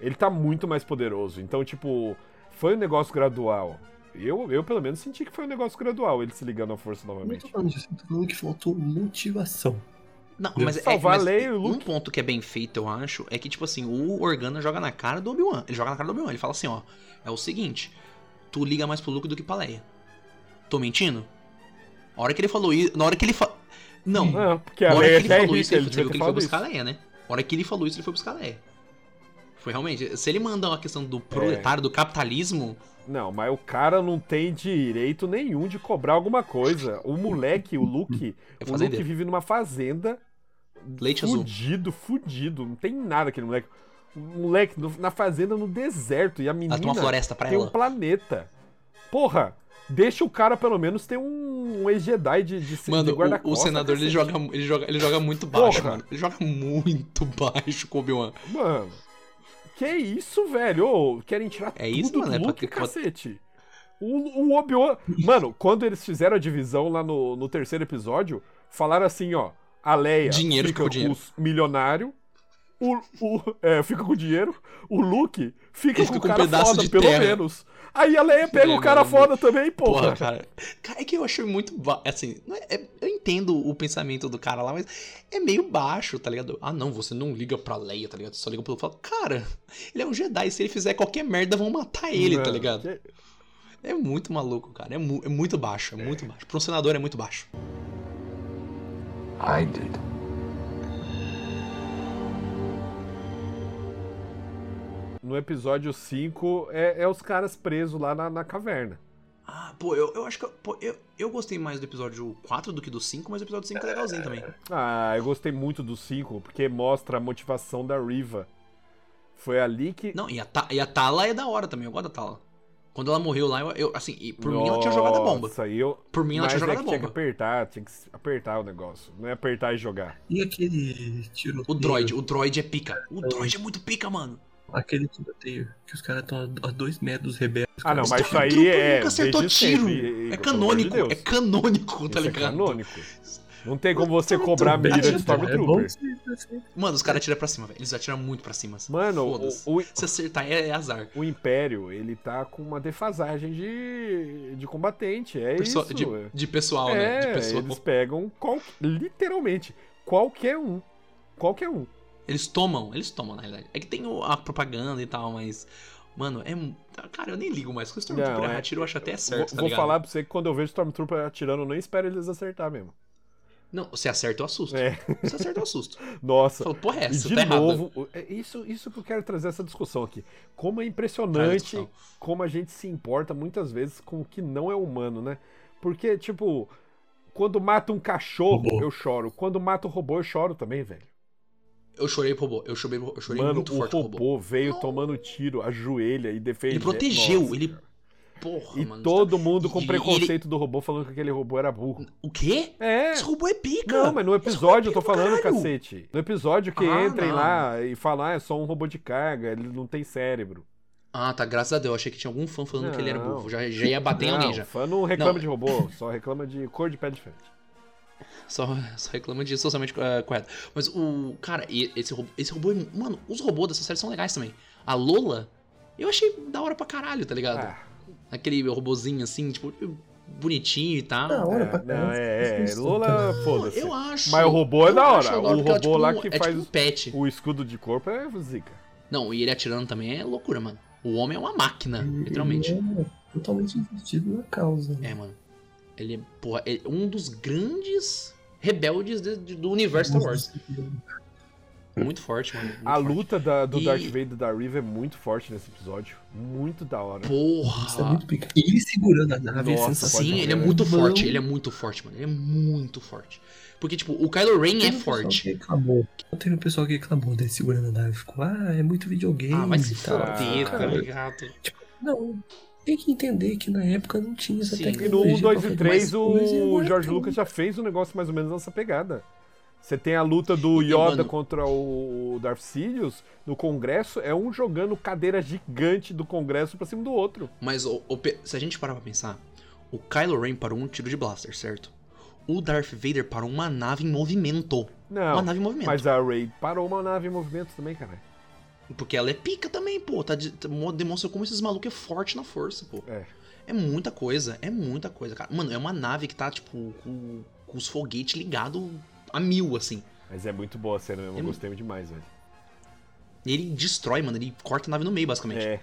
ele tá muito mais poderoso. Então, tipo, foi um negócio gradual. Eu, eu pelo menos senti que foi um negócio gradual, ele se ligando à força Eu Não tô novamente. falando disso, eu assim, tô falando que faltou motivação. Não, mas é Salvar mas a Leia e o um Luke. ponto que é bem feito, eu acho, é que tipo assim, o Organa joga na cara do Obi-Wan. Ele joga na cara do Obi-Wan, ele fala assim, ó, é o seguinte, tu liga mais pro Luke do que pra Leia. Tô mentindo? A hora que ele falou isso, na hora que ele fa... Não, Ah, porque na a hora que Leia ele já é falou rica, isso, ele, ele devia foi- você viu que ter ele foi falado buscar isso. a Leia, né? Na hora que ele falou isso, ele foi buscar a Leia. Foi realmente, se ele manda uma questão É. do proletário, do capitalismo, Não, mas o cara não tem direito nenhum de cobrar alguma coisa. O moleque, o Luke, é o Luke fazendeiro. Um vive numa fazenda. Leite azul. fudido, fudido. Não tem nada aquele moleque. O moleque no- na fazenda, no deserto. E a menina Ela tem uma Tá floresta pra tem um ela. planeta. Porra, deixa o cara pelo menos ter um, um ex-Jedi de, de, de Mano, o, o guarda-costas, senador ele cacete. joga, ele, joga, ele joga muito baixo, Porra. mano. Ele joga muito baixo com o Obi-Wan. Mano, que isso, velho? Ô, querem tirar É tudo isso, mano, do é pra Luke, ter- pra- cacete. O, o Obi-Wan... Mano, quando eles fizeram a divisão lá no, no terceiro episódio, falaram assim, ó, a Leia Dinheiro, fica fica com dinheiro. os milionário, o, o, é, fica com dinheiro, o Luke fica Ele com fica o com um cara pedaço foda, de pelo terra. menos. Aí a Leia pega o Velho, cara mano. foda também, porra. Porra, cara. Cara, é que eu achei muito baixo. Assim, não é- é- eu entendo o pensamento do cara lá, mas é meio baixo, tá ligado? Ah, não, você não liga pra Leia, tá ligado? Você só liga pro Luke. Fala, Cara, ele é um Jedi. Se ele fizer qualquer merda, vão matar ele, tá Mano, ligado? que- É muito maluco, cara. É, mu- é muito baixo, é muito baixo. Pra um senador é muito baixo. I did. No episódio 5, é, é os caras presos lá na, na caverna. Ah, pô, eu, eu acho que. eu- Pô, eu, eu gostei mais do episódio 4 do que do 5, mas o episódio 5 é legalzinho também. Ah, eu gostei muito do 5, porque mostra a motivação da Riva. Foi ali que. Não, e a, Ta- e a Tala é da hora também, eu gosto da Tala. Quando ela morreu lá, eu, eu- assim, e por mim ela tinha jogado a bomba. Nossa, eu. Por mim ela Mas tinha é jogado que a tinha que bomba. apertar, tinha que apertar o negócio. Não é apertar e jogar. E aquele tiro. O droid, o droid é pica. O droid é muito pica, mano. Aquele tiroteio que os caras estão a a dois metros dos rebeldes. Ah, não, mas isso aí Stormtrooper é. nunca acertou desde tiro. sempre, e- e- pelo amor de É canônico, Deus. é canônico, tá Isso é ligado? tá canônico. Não tem como você cobrar a Bem, mira de então, é bom Stormtrooper. ser- Mano, os caras atiram pra cima, velho. Eles atiram muito pra cima. assim. Mano, o, Foda-se. o- Se acertar é, é azar. o Império, ele tá com uma defasagem de, de combatente. É Perso- isso. de, é. de pessoal, né? é, De pessoa. eles pegam qual- literalmente qualquer um. Qualquer um. Eles tomam, eles tomam, na realidade. É que tem o- a propaganda e tal, mas. Mano, é. mu- Cara, eu nem ligo mais. Com o Stormtrooper Não, é- atira, eu um acho até Vou, certo. tá vou ligado? falar pra você que quando eu vejo Stormtrooper atirando, eu nem espero eles acertar mesmo. Não, se acerta, eu assusto. É. Se acerta, eu assusto. Nossa. Falou, porra, E é essa, de tá errado. novo, é isso, isso que eu quero trazer essa discussão aqui. Como é impressionante Cara, como a gente se importa muitas vezes com o que não é humano, né? Porque, tipo, quando mata um cachorro, Robô. eu choro. Quando mata um robô, eu choro também, velho. Eu chorei pro robô. Eu chorei, eu chorei Mano, é muito o forte pro robô, robô. veio tomando tiro, ajoelha e defende. Ele protegeu, Nossa, ele- cara. Porra, E mano. tá- todo mundo com e- e preconceito do robô falando que aquele robô era burro. tá- O quê? É. Esse robô é pica. Não, mas no episódio eu tô Esse robô é falando, pica do caralho. cacete. No episódio que Ah, entrem não. lá e falam, ah, é só um robô de carga, ele não tem cérebro. Ah, tá, graças a Deus. Eu achei que tinha algum fã falando que ele era Não. burro. Já, já ia bater em não, alguém já. fã não reclama Não. de robô, só reclama de cor de pele diferente. Só, só reclama de socialmente eh, correto. Mas o. Cara, e- esse robô, esse robô. é mu- Mano, os robôs dessa série são legais também. A Lola, eu achei da hora pra caralho, tá ligado? Ah, Aquele robozinho assim, tipo, bonitinho e tal. Da hora pra é, não, caralho. é, é, Isso, Lola, foda-se. eu acho. Mas o robô é eu da hora. acho O porque ela é robô lá um- que é tipo faz um pet. O escudo de corpo é zica. Não, e ele atirando também é loucura, mano. O homem é uma máquina, Uhum. literalmente. Ele é Totalmente investido na causa. né? É, mano. Ele é, porra, ele é um dos grandes rebeldes de- de- do universo Star Wars. Muito forte, mano. muito Uhum. A forte. luta da- do E- Darth Vader e da Riva é muito forte nesse episódio. Muito da hora. Isso é Porra. muito pica. E ele segurando a nave Nossa, é sensacional. pode Ah. Sim, crer. ele é muito Não. forte. Ele é muito forte, mano. Ele é muito forte. Porque, tipo, o Kylo Ren é Teve um pessoal forte. que reclamou. Teve um pessoal que reclamou dele segurando a nave. Ficou, ah, é muito videogame. Ah, vai se e tal. foder, tá cara. ligado? Não, tem que entender que na época não tinha essa Sim. E tecnologia. no 1, 2 pra e fazer é 3 mais coisa, é e o agora George tem. Lucas já fez um negócio mais ou menos nessa pegada. Você tem a luta do E, Yoda mano- contra o Darth Sidious no Congresso, é um jogando cadeira gigante do Congresso pra cima do outro. Mas o- o pe- se a gente parar pra pensar, o Kylo Ren parou um tiro de blaster, certo? O Darth Vader parou uma nave em movimento. uma Não, nave em movimento. mas a Rey parou uma nave em movimento também, cara. Porque ela é pica também, pô. Tá de- tá- mo- demonstra como esses malucos é forte na força, pô. É. É muita coisa, é muita coisa, cara. Mano, é uma nave que tá, tipo, com, com os foguetes ligados a mil, assim. Mas é muito boa a cena mesmo, eu Eu- gostei demais, velho. E ele destrói, mano. Ele corta a nave no meio, basicamente. É.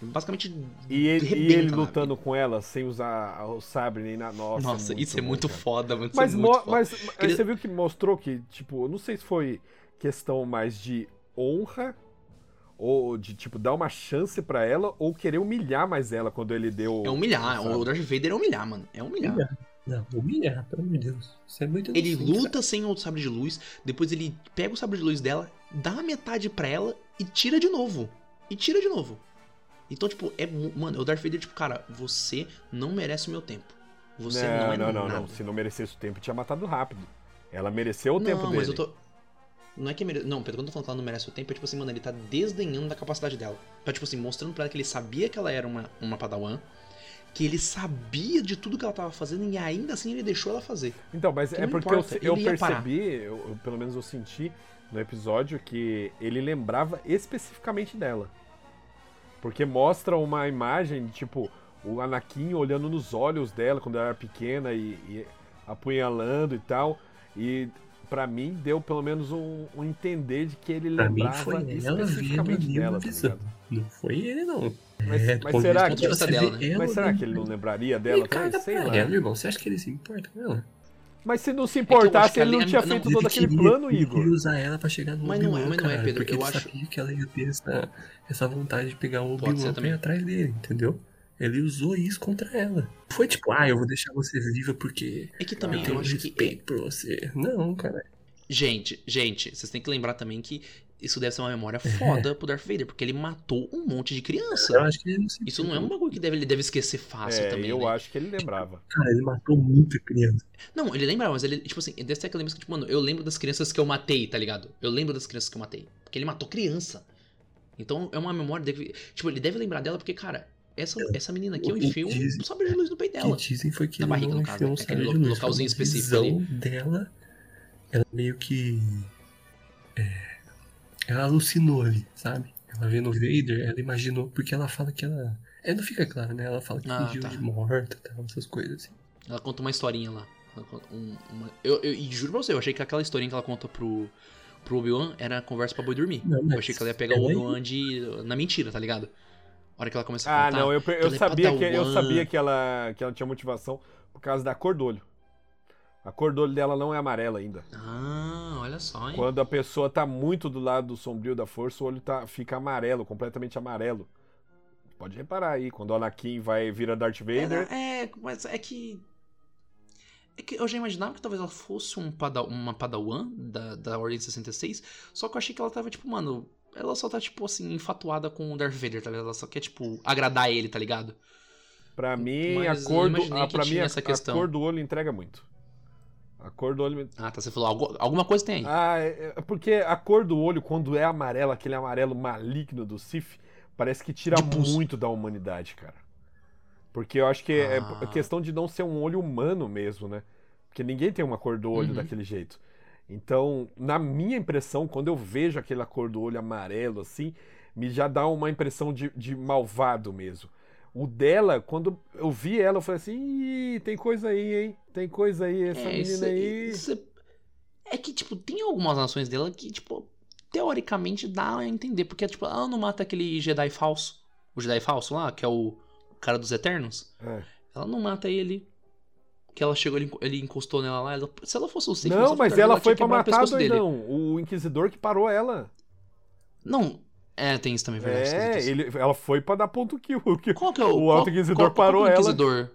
Basicamente. E ele, e arrebenta ele a nave. lutando com ela sem usar a- o sabre nem na nossa. Nossa, isso é bom, muito cara. foda, mano. Isso Mas, é mo- muito foda. mas aí Ele- você viu que mostrou que, tipo, eu não sei se foi questão mais de honra ou de, tipo, dar uma chance pra ela ou querer humilhar mais ela quando ele deu. É humilhar. sabe? O Darth Vader é humilhar, mano. É humilhar. Não, humilhar, pelo amor de Deus. Isso é muito Ele inocente, luta sem o sabre de luz, depois ele pega o sabre de luz dela, dá a metade pra ela e tira de novo. E tira de novo. Então, tipo, é. mu- Mano, o Darth Vader, tipo, cara, você não merece o meu tempo. Você não, Não, é não, não, nada. não. Se não merecesse o tempo, tinha matado rápido. Ela mereceu o Não, tempo dele. mas eu tô. Não é que mere... Não, Pedro, quando eu tô falando que ela não merece o tempo, é tipo assim, mano, ele tá desdenhando da capacidade dela. Tá, tipo assim, mostrando pra ela que ele sabia que ela era uma, uma padawan, que ele sabia de tudo que ela tava fazendo e ainda assim ele deixou ela fazer. Então, mas Que é não porque importa, eu, eu ele ia parar. percebi, eu- eu- pelo menos eu senti no episódio, que ele lembrava especificamente dela. Porque mostra uma imagem, tipo, o Anakin olhando nos olhos dela quando ela era pequena e, e apunhalando e tal. E pra mim deu pelo menos um, um entender de que ele Pra mim lembrava foi né? ela especificamente vendo a dela, tá visão. ligado? Não foi ele, não. Mas- É, do mas ponto de será vista que- você dela, vê né? ela Mas será olhando que ele não lembraria pra dela? cara também? Sei pra lá. ela, irmão. Você acha que ele se importa com ela? Tá Mas se não se que eu acho importasse, que ele ali não é- tinha não, feito ele todo aquele queria- plano, ele Igor. queria usar ela pra chegar no Mas não é, Obi-Wan, mas não é, cara, Pedro, Porque eu ele acho- sabia que ela ia ter essa, essa vontade de pegar o Pode ser Obi-Wan pra ir também. atrás dele, entendeu? Ele usou isso contra ela. Foi tipo, ah, eu vou deixar você viva porque É que eu também eu tenho acho que. é respeito por você. Não, cara. Gente, gente, vocês têm que lembrar também que isso deve ser uma memória foda pro Darth Vader, porque ele matou um monte de Eu criança. acho que ele não se Isso não é um bagulho que deve, ele deve esquecer fácil É, também. eu né? acho que ele lembrava. Cara, ele matou muita criança. Não, ele lembrava, mas ele, tipo assim, desse que eu lembro, tipo, mano, eu lembro das crianças que eu matei, tá ligado? Eu lembro das crianças que eu matei. Porque ele matou criança. Então é uma memória. Deve, tipo, ele deve lembrar dela, porque, cara, essa, essa menina aqui eu enfio um sabre de luz no peito O dela. que dizem foi que Na ele barriga, não no caso, né? enfiou um aquele sabre de lo- luz. foi localzinho uma específico visão dela, ela meio que... é, ela alucinou ali, sabe? Ela vendo o Vader, ela imaginou, porque ela fala que ela... É, não fica claro, né? Ela fala que Ah, fugiu tá. de morta e tal, essas coisas assim. Ela conta uma historinha lá. Ela conta um- uma- eu, eu- e juro pra você, eu achei que aquela historinha que ela conta pro, pro Obi-Wan era conversa pra boi dormir. Não, mas é Eu achei que ela ia pegar o ela- Obi-Wan de. na mentira, tá ligado? A hora que ela começa a Ah, contar. não, eu, pe- eu ela é sabia, que, eu padawan. sabia que, ela, que ela tinha motivação por causa da cor do olho. A cor do olho dela não é amarela ainda. Ah, olha só, hein? Quando a pessoa tá muito do lado do sombrio da força, o olho tá, fica amarelo, completamente amarelo. Pode reparar aí, quando o Anakin vai vira Darth Vader. É, é, mas é que. É que eu já imaginava que talvez ela fosse um pada, uma Padawan da, da Ordem 66, só que eu achei que ela tava, tipo, mano. Ela só tá, tipo, assim, infatuada com o Darth Vader, tá ligado? Ela só quer, tipo, agradar ele, tá ligado? Pra mim, a Mas eu cor do, imaginei a, que pra mim tinha a, essa a questão. cor do olho entrega muito. A cor do olho. Ah, tá, você falou. algu- alguma coisa tem aí. Ah, é- é porque a cor do olho, quando é amarela, aquele amarelo maligno do Sif, parece que tira De pus. muito da humanidade, cara. Porque eu acho que é Ah. a questão de não ser um olho humano mesmo, né? Porque ninguém tem uma cor do olho Uhum. daquele jeito. Então, na minha impressão, quando eu vejo aquela cor do olho amarelo assim, me já dá uma impressão de, de malvado mesmo. O dela, quando eu vi ela, eu falei assim: Ih, tem coisa aí, hein? Tem coisa aí, essa menina É, isso- aí. isso é- é que, tipo, tem algumas nações dela que, tipo, teoricamente dá a entender. Porque, tipo, ela não mata aquele Jedi falso. O Jedi falso lá, que é o cara dos Eternos. É. Ela não mata ele. Que ela chegou, ele, enco- ele encostou nela lá. ela- se ela fosse o Sif, Não, mas ela foi pra matar o dele. doidão. O inquisidor que parou ela. Não, é, tem isso também, verdade. É, esqueci disso. ele, ela foi pra dar ponto kill. O que- Qual que é o... o qual- alto inquisidor qual- qual que é parou ela. o inquisidor?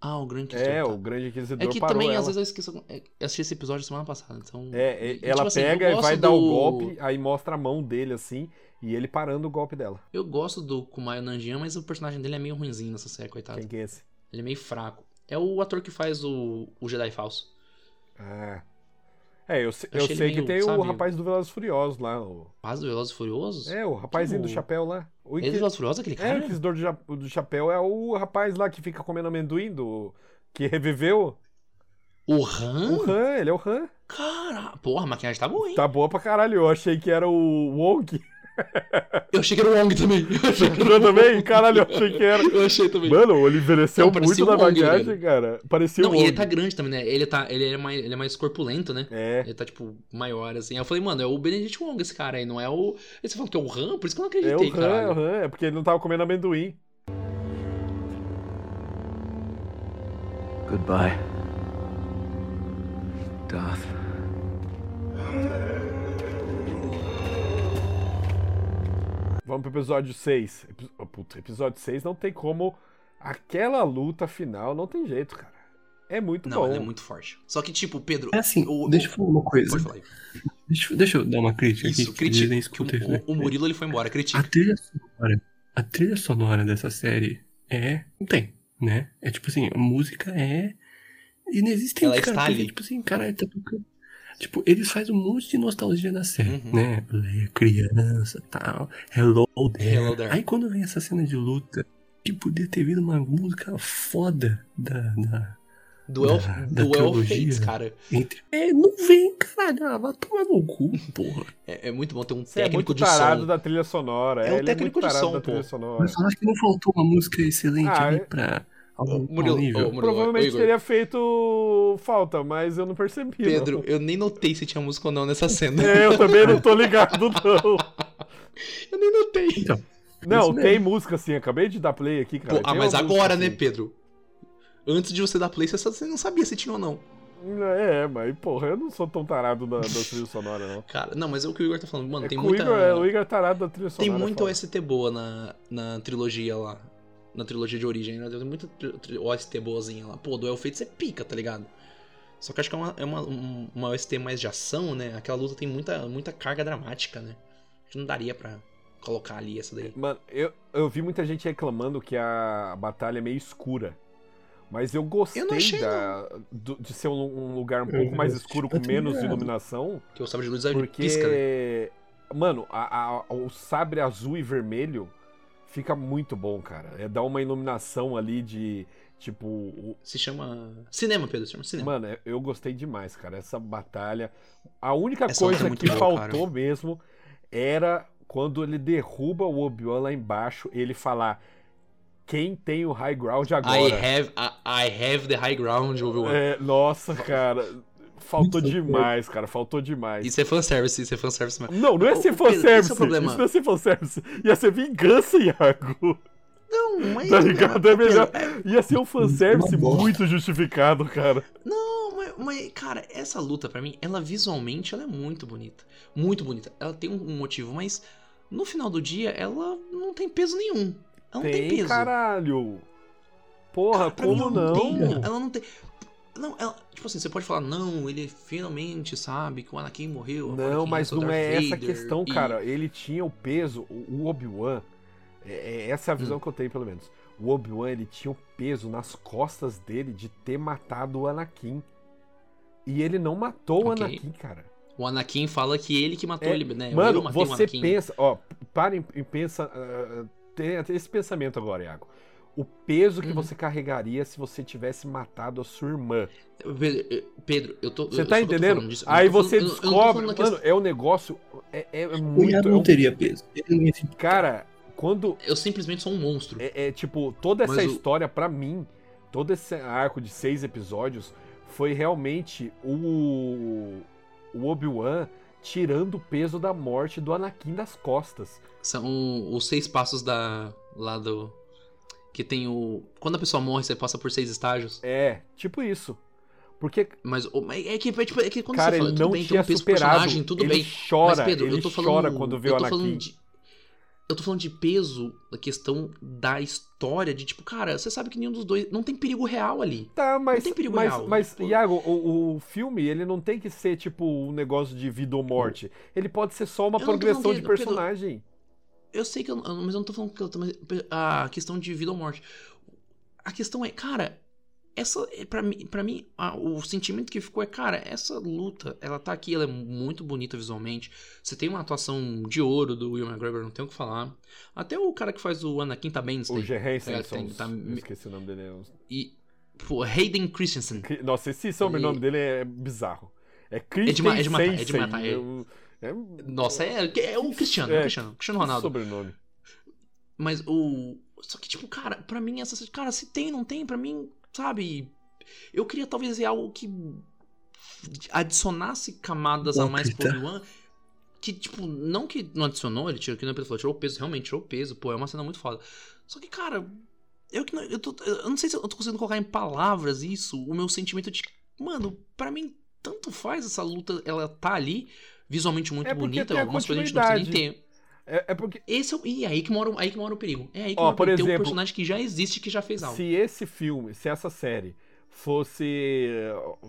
Ah, o grande inquisidor. É, tá. o grande inquisidor É que parou também, ela. às vezes, eu esqueço... é, Eu assisti esse episódio semana passada, então... É, E, e- tipo ela assim, eu pega e gosto vai dar o do- golpe, aí mostra a mão dele assim, e ele parando o golpe dela. Eu gosto do Kumayo Nanjian, mas o personagem dele é meio ruinzinho nessa série, coitado. Quem que é esse? Ele é meio fraco. É o ator que faz o, o Jedi falso. Ah. É, eu, se- Eu eu achei sei ele que meio, tem o sabe, rapaz do Velozes Furiosos lá. o- Faz do Velozes e Furiosos? É, o rapazinho do o- chapéu lá. O Ele é do inqui- Velozes e Furiosos, aquele É, o cara? inquisidor do, ja- do chapéu é o rapaz lá que fica comendo amendoim, do... que reviveu. O Han? O Han, ele é o Han. Cara, porra, a maquiagem tá boa, hein? Tá boa pra caralho, eu achei que era o Wong. Eu achei que era o Wong também. Eu achei que era Eu o também? Wong. Caralho, eu achei que era. Eu achei também. Mano, ele envelheceu Não, muito parecia o na Wong, bagagem, velho. cara. Parecia Não, o e Wong. ele tá grande também, né? Ele, tá, ele, é mais, ele é mais corpulento, né? É. Ele tá, tipo, maior, assim. Aí eu falei, mano, é o Benedict Wong esse cara aí, não é o... Aí você falou que é o Han? Por isso que eu não É o acreditei, Han, é o cara. Han. É porque ele não tava comendo amendoim. Goodbye. Darth. Vamos pro episódio 6. Epi- oh, Puta, episódio 6 não tem como. Aquela luta final não tem jeito, cara. É muito Não, bom. ele é muito forte. Só que, tipo, Pedro... É assim, o- deixa eu falar uma coisa. Pode falar aí. Deixa, deixa eu dar uma crítica Isso, aqui. que dizem critica. isso que Que eu tenho, né? Ah, o, o Murilo, ele foi embora, A critica. trilha sonora, a trilha sonora dessa série é. Não tem, né? É tipo assim, a música é inexistente, Ela cara. está porque, ali. Tipo assim, cara, ele tá tocando. Tipo, eles fazem um monte de nostalgia na série, Uhum. né? Leia criança tal. Hello there. Hello there. Aí quando vem essa cena de luta, que podia ter vindo uma música foda da. da- Duel, da- da Duel trilogia. Fates, cara. entre- É, não vem, caralho. Ah, vai tomar no cu, porra. É, é muito bom ter um Você é técnico muito de tarado som. da trilha sonora. É É, ele é um muito técnico de tarado som, da trilha pô. sonora. Mas eu acho que não faltou uma música excelente Ah, ali é- pra. algum Murilo, nível. ô, Murilo, ô, Provavelmente Igor. teria feito falta, mas eu não percebi. não. Pedro, eu nem notei se tinha música ou não nessa cena. É, eu também não tô ligado, não. Eu nem notei. Não, Isso mesmo. tem música sim, acabei de dar play aqui, cara. Pô, ah, Tem mas uma música, assim. agora, sim. né, Pedro? Antes de você dar play, você só- você não sabia se tinha ou não. É, mas porra, eu não sou tão tarado da, da trilha sonora, não. Cara, não, mas é o que o Igor tá falando. Mano, É tem que o muita. Igor, é, o Igor é tarado da trilha tem sonora. muito fala. OST boa na, na trilogia lá. na trilogia de origem, né? Tem muita tri- tri- OST boazinha lá. Pô, do Fate você pica, tá ligado? Só que eu acho que é uma, é uma, um- uma OST mais de ação, né? Aquela luta tem muita, muita carga dramática, né? Acho que não daria pra colocar ali essa daí. Mano, eu, eu vi muita gente reclamando que a batalha é meio escura. Mas eu gostei achei, da- do- de ser um, um lugar um Eu pouco mais gostei escuro, com também, menos é. iluminação. Que o Sabre de Luz é Porque, pisca, né? mano, a- a- o sabre azul e vermelho fica muito bom, cara. É dar uma iluminação ali de, tipo, o- Se chama. Cinema, Pedro, se chama cinema. mano, é- eu gostei demais, cara. Essa batalha, a única Essa luta é coisa muito que boa, faltou mesmo era quando ele derruba o Obi-Wan lá embaixo, ele falar quem tem o high ground I agora. have, I, I have the high ground, Obi-Wan. É, nossa, cara, faltou Isso, demais, cara, faltou demais. Isso é fanservice, isso é fanservice, mas. Não, não Ô, é ô, ser Pedro, esse é o fanservice. problema. Isso não é ser fanservice. Ia ser vingança, Iago. Não, mas. Tá ligado? É melhor. Ia ser um fanservice Uma bosta. muito justificado, cara. Não, mas, mas, cara, essa luta pra mim, ela visualmente ela é muito bonita. Muito bonita. Ela tem um um motivo, mas no final do dia ela não tem peso nenhum. Ela não tem, peso. caralho. Porra, Pra mim, como ela não? tem, cara? ela não tem. Não, ela, tipo assim, você pode falar, não, ele finalmente sabe que o Anakin morreu. o Não, Anakin mas é o não Darth é essa a Vader, questão, e- cara. Ele tinha o peso, o o Obi-Wan. É, é essa Hum. é a visão que eu tenho, pelo menos. O Obi-Wan, ele tinha o peso nas costas dele de ter matado o Anakin. E ele não matou Ok. o Anakin, cara. O Anakin fala que ele que matou É, ele, né? Mano, eu matei o você Anakin. pensa, ó, parem e pensa, ah, tem até esse pensamento agora, Iago. O peso que Uhum. você carregaria se você tivesse matado a sua irmã. Pedro, eu- Pedro, eu tô. Você eu- tá só que eu tô entendendo? falando disso, eu não Aí tô falando- você eu não- eu não tô descobre, falando mano, da questão- é um negócio, é, é Cunhado muito, é não um- teria peso. Ele não ia ficar. cara, quando Eu simplesmente sou um monstro. é, é, tipo toda essa Mas o- história pra mim, todo esse arco de seis episódios foi realmente o o Obi-Wan tirando o peso da morte do Anakin das costas. São os seis passos da. lá do. Que tem o. Quando a pessoa morre, você passa por seis estágios. É, tipo isso. Porque, Mas o- mas é que, é tipo, é que quando cara, você fala, ele tudo não bem, tem tinha um peso pro superado. personagem, tudo ele bem. chora, mas Pedro, ele eu tô falando. chora quando vê eu o tô falando Anakin. de, Eu tô falando de peso, a questão da história, de tipo, cara, você sabe que nenhum dos dois. Não tem perigo real ali. Tá, mas, tem perigo mas, real, mas tipo- Iago, o, o filme, ele não tem que ser, tipo, um negócio de vida ou morte. Ele pode ser só uma Eu não tô progressão de falando, Pedro, personagem. Eu sei que eu, eu- mas eu não tô falando que eu tô, mas a questão de vida ou morte. A questão é, cara, essa é para mim, para mim, a- o sentimento que ficou é, cara, essa luta, ela tá aqui, ela é muito bonita visualmente. Você tem uma atuação de ouro do Will McGregor, não tem o que falar. Até o cara que faz o Anakin tá bem, O Stanley. Gerhard tem- Sanson, tá- eu esqueci o nome dele. eu- e pô, Hayden Christensen. Cri- Nossa, esse sobrenome E- dele é bizarro. É de Christian ma- é de matar, é de Sensen, matar, é. eu- é um- Nossa, é, é o Cristiano, é o É, Cristiano, Cristiano Ronaldo. Sobrenome. Mas o. Só que, tipo, cara, pra mim, essa. Cara, se tem, não tem, pra mim, sabe? Eu queria talvez ver algo que adicionasse camadas a mais pro Hipócrita. Obi-Wan. Que, tipo, não que não adicionou, ele tirou que não falou, tirou o peso, realmente tirou o peso, pô, é uma cena muito foda. Só que, cara, eu que não. Eu, tô- eu não sei se eu tô conseguindo colocar em palavras isso, o meu sentimento de. Mano, pra mim, tanto faz essa luta, ela tá ali, visualmente muito É porque bonita, tem a algumas coisas a gente não precisa nem continuidade. ter. É, é porque Esse é o, e aí que mora, o- aí que mora o perigo. É aí que Ó, mora o por perigo. Tem um exemplo, personagem que já existe que já fez algo. Se esse filme, se essa série fosse.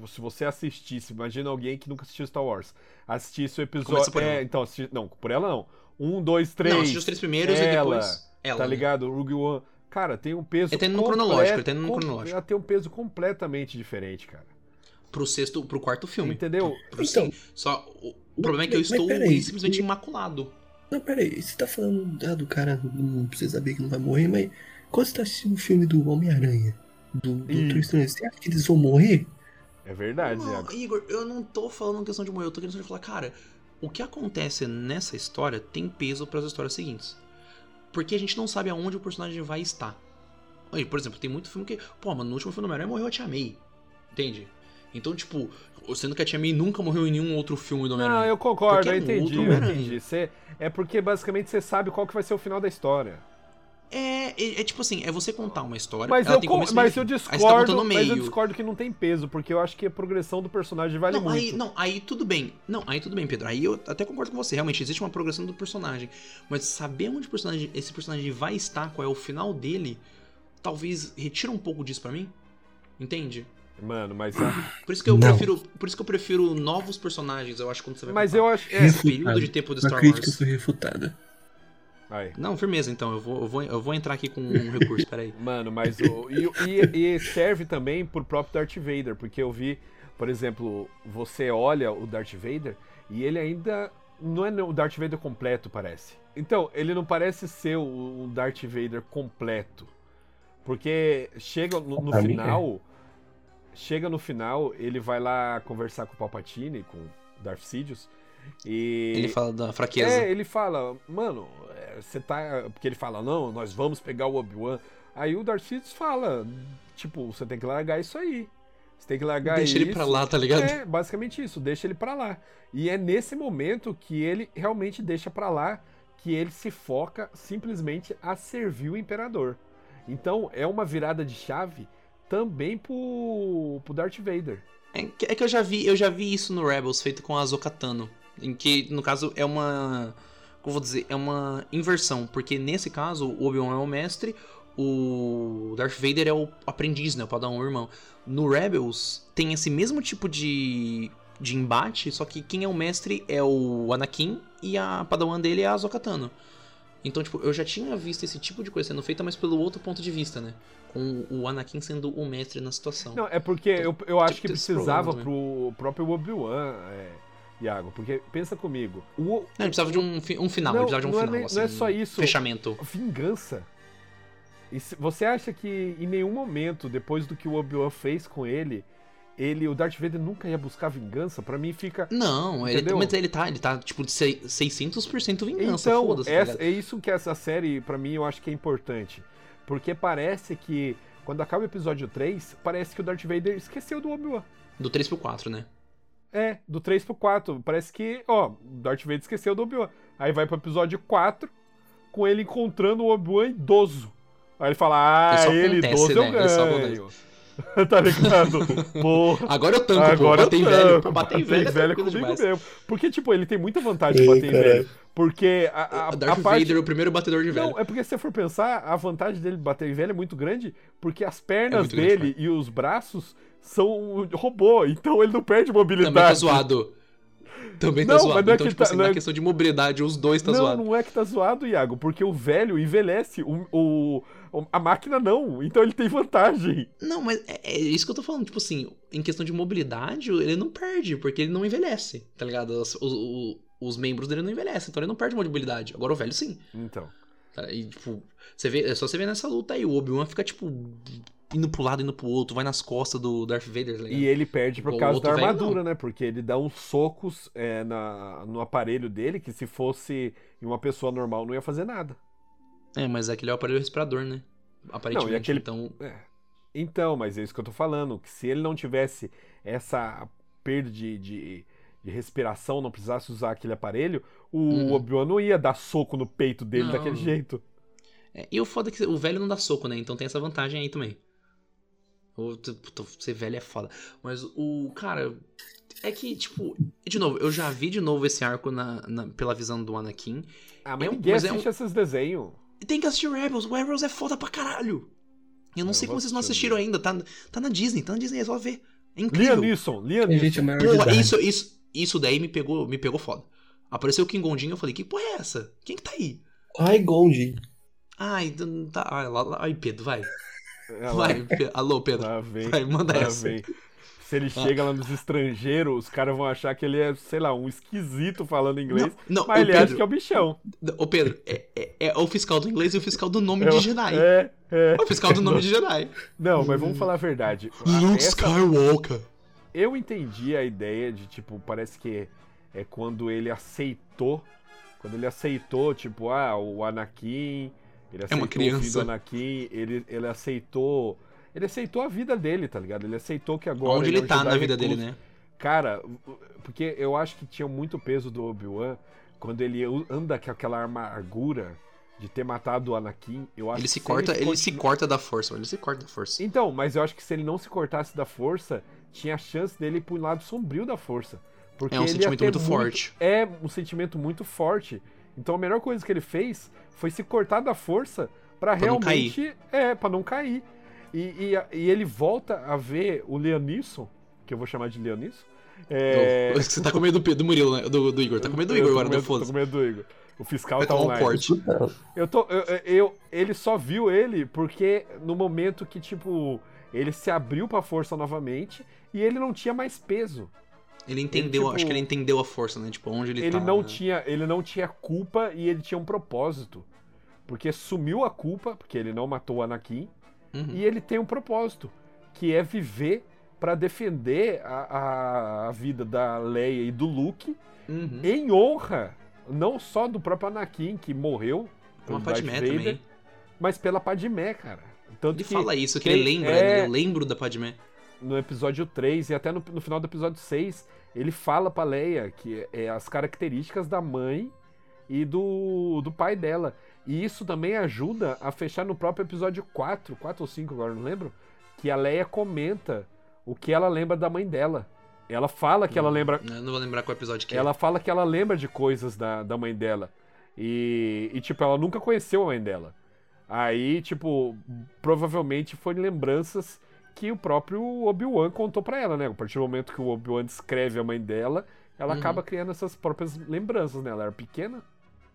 Se você assistisse, imagina alguém que nunca assistiu Star Wars. Assistisse o Começa episódio. por é, ela. então, assisti- não, por ela não. Um, dois, três. não, assistiu os três primeiros e ela, depois. Ela. Tá né? ligado? Rogue One. Cara, tem um peso. Ele tá indo no completo- cronológico, ele tá indo no com- cronológico. Ela tem um peso completamente diferente, cara. Pro sexto, pro quarto filme. Entendeu? Pro Então. sim. Só o o problema é que eu mas estou peraí. simplesmente imaculado. Não, peraí, você tá falando ah, do cara não precisa saber que não vai morrer, mas quando você tá assistindo o filme do Homem-Aranha, do, do Hum. Doutor Estranho, você acha que eles vão morrer? É verdade, Não, Iago. Igor, eu não tô falando questão de morrer, eu tô querendo só falar, cara, o que acontece nessa história tem peso pras histórias seguintes. Porque a gente não sabe aonde o personagem vai estar. Olha, Por exemplo, tem muito filme que. Pô, mano, no último filme do Homem-Aranha morreu a Tia May. Entende? Então, tipo, sendo que a Tia May nunca morreu em nenhum outro filme do Não, Homem-Aranha. Ah, eu concordo, eu Porque é um entendi, outro eu Homem-Aranha. entendi. Você- é porque basicamente você sabe qual que vai ser o final da história. É, é, é tipo assim, é você contar uma história. Mas, ela eu, tem con- começo, meio e mas fim. eu Aí você tá contando discordo, o meio. mas eu discordo que não tem peso, porque eu acho que a progressão do personagem vale não, muito. Aí, não, aí tudo bem. Não, aí tudo bem, Pedro. Aí eu até concordo com você. Realmente, existe uma progressão do personagem. Mas saber onde o personagem, esse personagem vai estar, qual é o final dele, talvez retira um pouco disso pra mim. Entende? Mano, mas. a- Por isso que eu Não. prefiro, por isso que eu prefiro novos personagens, eu acho quando você vai Mas contar eu acho. é, esse período de tempo do A Star crítica Wars. foi refutada. Aí. Não, firmeza então, eu vou, eu vou, eu vou entrar aqui com um recurso, peraí. Mano, mas o. E, e- e serve também pro próprio Darth Vader, porque eu vi, por exemplo, você olha o Darth Vader e ele ainda. Não é o Darth Vader completo, parece. Então, ele não parece ser o o Darth Vader completo. Porque chega no, no Pra mim, é. final. Chega no final, ele vai lá conversar com o Palpatine, com o Darth Sidious. E Ele fala da fraqueza. É, ele fala, mano, é, você tá. Porque ele fala, não, nós vamos pegar o Obi-Wan. Aí o Darth Sidious fala, tipo, você tem que largar isso aí. Você tem que largar Deixa isso. ele pra lá, tá ligado? É, basicamente isso, deixa ele pra lá. E é nesse momento que ele realmente deixa pra lá que ele se foca simplesmente a servir o imperador. Então é uma virada de chave também pro, pro Darth Vader. É que, é que eu já vi, eu já vi isso no Rebels feito com a Zocatano, em que no caso é uma, como eu vou dizer, é uma inversão, porque nesse caso o Obi-Wan é o mestre, o Darth Vader é o aprendiz, né, o padawan, o irmão. No Rebels tem esse mesmo tipo de de embate, só que quem é o mestre é o Anakin e a padawan dele é a Zocatano. Então, tipo, eu já tinha visto esse tipo de coisa sendo feita, mas pelo outro ponto de vista, né? Com o Anakin sendo o mestre na situação. Não, é porque eu, eu acho que tem esse precisava problema pro próprio Obi-Wan, é, Iago, porque pensa comigo, o, Não, ele precisava de um, fi- um final, Não, ele precisava de não um é final. nem- assim, não é só um isso. Fechamento. a vingança. E se- você acha que em nenhum momento, depois do que o Obi-Wan fez com ele, ele, o Darth Vader nunca ia buscar vingança? Pra mim fica. Não, ele, Entendeu? mas ele tá, ele tá, tipo, de sei- 600% vingança, Então, foda-se. tá essa- ligado? é isso que essa série, pra mim, eu acho que é importante. Porque parece que, quando acaba o episódio 3, parece que o Darth Vader esqueceu do Obi-Wan. Do 3 pro 4, né? É, do 3 pro 4. Parece que, ó, o Darth Vader esqueceu do Obi-Wan. Aí vai pro episódio 4, com ele encontrando o Obi-Wan idoso. Aí ele fala, ah, Isso acontece, ele idoso eu né? Isso ganho. tá ligado? Porra. Agora eu tanco, Agora pô. Batei eu velho, tanco, pô, batei batei velho, é velho tranquilo comigo demais. mesmo. Porque, tipo, ele tem muita Ah, vantagem de bater em velho. Porque a, a, O a Darth parte... Vader é o primeiro batedor de velho. Não, é porque se você for pensar, a vantagem dele bater em velho é muito grande, porque as É pernas muito grande, dele e os braços são um robô, então ele não perde mobilidade. Também tá zoado. Também tá Não, zoado. mas não é então, que tipo tá- assim, não é- na questão de mobilidade, os dois tá não, zoado. não é que tá zoado, Iago, porque o velho envelhece, o, o- o- a máquina não, então ele tem vantagem. Não, mas é, é isso que eu tô falando. Tipo assim, em questão de mobilidade, ele não perde, porque ele não envelhece, tá ligado? Os, os- os membros dele não envelhecem, então ele não perde mobilidade. Agora o velho sim. Então. Tá? E, tipo, você vê, é só você ver nessa luta aí, o Obi-Wan fica, tipo, indo pro lado, indo pro outro, vai nas costas do Darth Vader, tá ligado? E ele perde por O causa da outro velho armadura, né? Porque ele dá uns socos é, na- no aparelho dele que se fosse em uma pessoa normal não ia fazer nada. É, mas aquele é o aparelho respirador, né? Aparentemente, Não, e aquele- então... Então, mas é isso que eu tô falando, que se ele não tivesse essa perda de, de- de respiração, não precisasse usar aquele aparelho, o Uhum. Obi-Wan não ia dar soco no peito dele Não. daquele jeito. É, e o foda é que o velho não dá soco, né? Então tem essa vantagem aí também. O- tu- puta, ser velho é foda. Mas o. Cara. É que, tipo. De novo, eu já vi de novo esse arco na, na- pela visão do Anakin. Ah, mas É um- ninguém mas é um- assiste esses desenhos. E tem que assistir Rebels. O Rebels é foda pra caralho. Eu não Eu sei vou como vocês não assistir assistiram ainda. Tá, tá na Disney. Tá na Disney, é só ver. É Liam incrível. Neeson, Liam Tem Neeson. gente maior de Porra, idade. isso, isso, isso daí me pegou, me pegou foda. Apareceu o King Gondin, eu falei, que porra é essa? Quem que tá aí? Ai, Gondi. Ai, não tá. Ai, lá- lá- ai, Pedro, vai. Ah, lá- Vai, Pe- Alô, Pedro. lá vem, Vai, manda lá essa. vem. Se ele chega lá nos estrangeiros, os caras vão achar que ele é, sei lá, um esquisito falando inglês, Não, mas o ele acha Pedro, que é o bichão. o Pedro é, é- é o fiscal do inglês e o fiscal do nome É de o- Jedi. É. É, é. o fiscal do nome de Jedi. Não, mas vamos falar a verdade. Luke Essa- Skywalker. Eu entendi a ideia de, tipo, parece que é quando ele aceitou. Quando ele aceitou, tipo, ah, o Anakin. Ele aceitou É uma o filho do criança. Anakin. Ele, ele aceitou. Ele aceitou a vida dele, tá ligado? Ele aceitou que agora. é Onde ele um tá Jedi na vida dele, recluso. né? Cara, porque eu acho que tinha muito peso do Obi-Wan quando ele anda com aquela amargura de ter matado o Anakin. Eu acho Ele se que corta, ele se continu- corta da força, mano, ele se corta da força. É um então, mas eu acho que se ele não se cortasse da força, tinha a chance dele ir pro lado sombrio da força. Porque É um ele ia sentimento ter muito forte. É um sentimento muito forte. Então a melhor coisa que ele fez foi se cortar da força Pra, Pra não realmente. É, pra não cair. E, e- e ele volta a ver o Leonisson, que eu vou chamar de Leonisson. É, Você tá com medo do, Pedro- do Murilo, né? Do, do Igor. Tá com medo do Igor eu tô agora, com né? medo- Tô Foda-se. com medo do Igor. O fiscal Vai tá tomar um online. corte. Eu tô. Eu, eu- eu- ele só viu ele porque no momento que, tipo, ele se abriu pra força novamente e ele não tinha mais peso. Ele entendeu, tipo, acho que ele entendeu a força, né? Tipo, onde ele, Ele, tá. não né? tinha, ele não tinha culpa e ele tinha um propósito. Porque sumiu a culpa, porque ele não matou o Anakin, Uhum. e ele tem um propósito, que é viver pra defender a, a, a vida da Leia e do Luke Uhum. em honra, não só do próprio Anakin, que morreu, pelo Uma Darth Padmé Vader, também. mas pela Padmé, cara. Tanto Ele que fala isso, que quem ele lembra, é- né? Eu lembro da Padmé. no episódio 3 e até no, no final do episódio 6, ele fala pra Leia que é as características da mãe e do, do pai dela. E isso também ajuda a fechar no próprio episódio 4, 4 ou 5, agora não lembro, que a Leia comenta o que ela lembra da mãe dela. Ela fala que ela lembra Eu não vou lembrar qual episódio que é. ela fala que ela lembra de coisas da, da mãe dela. E, e, tipo, ela nunca conheceu a mãe dela. Aí, tipo, provavelmente foram lembranças que o próprio Obi-Wan contou pra ela, né? A partir do momento que o Obi-Wan descreve a mãe dela, ela Uhum. acaba criando essas próprias lembranças, né? Ela era pequena.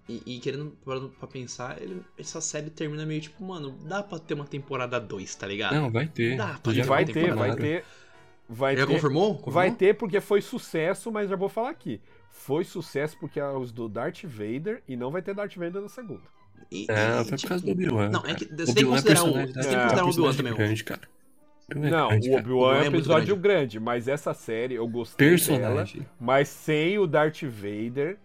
E, e querendo parando pra pensar, ele- essa série termina meio tipo, mano, dá pra ter uma temporada 2, tá ligado? Não, vai ter. Dá, Tu E já vai tem ter, vai temporada. ter. Vai Já ter. confirmou? confirmou? Vai ter porque foi sucesso, mas já vou falar aqui. Foi sucesso porque é os do Darth Vader e não vai ter Darth Vader na segunda. E- Não, e- É, foi por tipo, causa do Obi-Wan. Não, é cara. que você tem que considerar o, você né? tem que é considerar o Obi-Wan também. Grande, cara. Obi-Wan é Não, grande, o cara. Obi-Wan Obi-Wan é é um muito episódio grande. mas essa série eu gostei dela, Personagem. mas sem o Darth Vader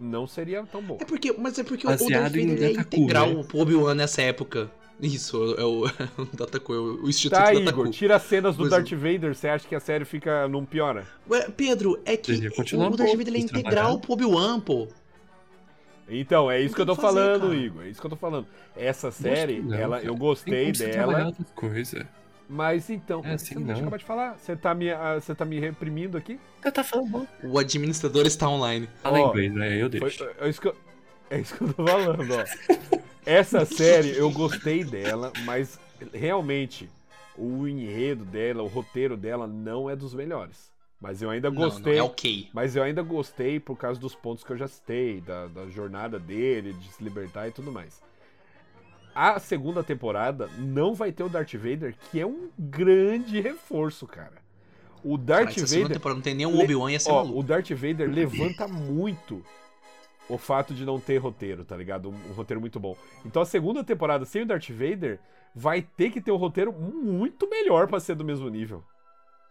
não seria tão bom. É porque, mas é porque o Darth Baseado em Vader é Dataku, integral né? pro Obi-Wan nessa época. Isso, é o, é o Dataku, é o Instituto Tá, Dataku. Igor, tira as cenas do Pois é. Darth Vader, você acha que a série fica não piora? Ué, Pedro, é que Vocês iam continuar o um Darth pouco, né? Vader ele é eles integral trabalharam. pro Obi-Wan, pô. Então, é Não isso que eu tem tô o que fazer, falando, cara. Igor. É isso que eu tô falando. Essa Gostei série, não, ela, cara. eu Tem gostei como você trabalhar dela, outra coisa. mas então, É por que assim, você não deixa eu não. acabar de falar? Você tá me, ah, você tá me reprimindo aqui? Você tá falando bom. O administrador está online. Fala Ó, inglês, né? Eu Foi- deixo. é, isso que eu, é isso que eu tô falando, ó. Essa série, eu gostei dela, mas realmente, o enredo dela, o roteiro dela não é dos melhores. Mas eu ainda Não, não, gostei. é ok. Mas eu ainda gostei por causa dos pontos que eu já citei, da, da jornada dele, de se libertar e tudo mais. A segunda temporada não vai ter o Darth Vader, que é um grande reforço, cara. O Cara, Darth essa segunda Vader. temporada não tem nem um Le- Obi-Wan ia ser Ó, maluco. o Darth Vader levanta muito o fato de não ter roteiro, tá ligado? Um, um roteiro muito bom. Então a segunda temporada sem o Darth Vader vai ter que ter um roteiro muito melhor pra ser do mesmo nível.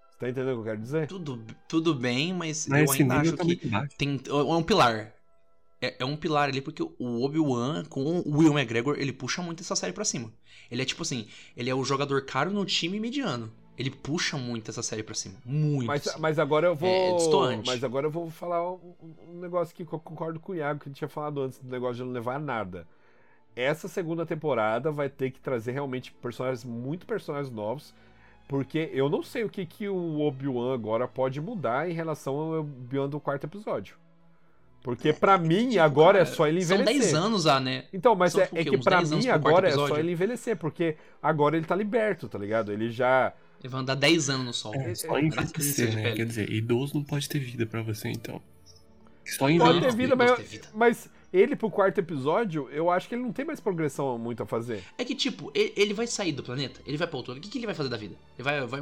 Você tá entendendo o que eu quero dizer? Tudo, tudo bem, mas Mas eu esse ainda acho nível tá que muito baixo. tem, é um pilar. É, é um pilar ali, porque o Obi-Wan, com o Will McGregor, ele puxa muito essa série pra cima. Ele é tipo assim, ele é o jogador caro no time mediano. Ele puxa muito essa série pra cima. Muito. Mas, ah, assim. mas agora eu vou. É, destoante. mas agora eu vou falar um, um negócio que eu concordo com o Iago, que ele tinha falado antes do negócio de não levar nada. Essa segunda temporada vai ter que trazer realmente personagens, muito personagens novos, porque eu não sei o que, que o Obi-Wan agora pode mudar em relação ao Obi-Wan do quarto episódio. Porque pra mim Tipo, agora é cara, só ele São envelhecer. 10 anos, ah, né? Então, mas São, é, tipo, é o quê? que Uns pra 10 anos mim pro quarto agora é episódio? só ele envelhecer, porque agora ele tá liberto, tá ligado? Ele já. Ele vai andar 10 anos no sol. É, é- só é- é- enfraquecer, né? Quer dizer, idoso não pode ter vida pra você, então. Só Pode envelhecer. ter vida, mas- Deus tem vida. Mas ele pro quarto episódio, eu acho que ele não tem mais progressão muito a fazer. É que, tipo, ele, ele vai sair do planeta, ele vai pra outro. O que, que ele vai fazer da vida? Ele vai, vai.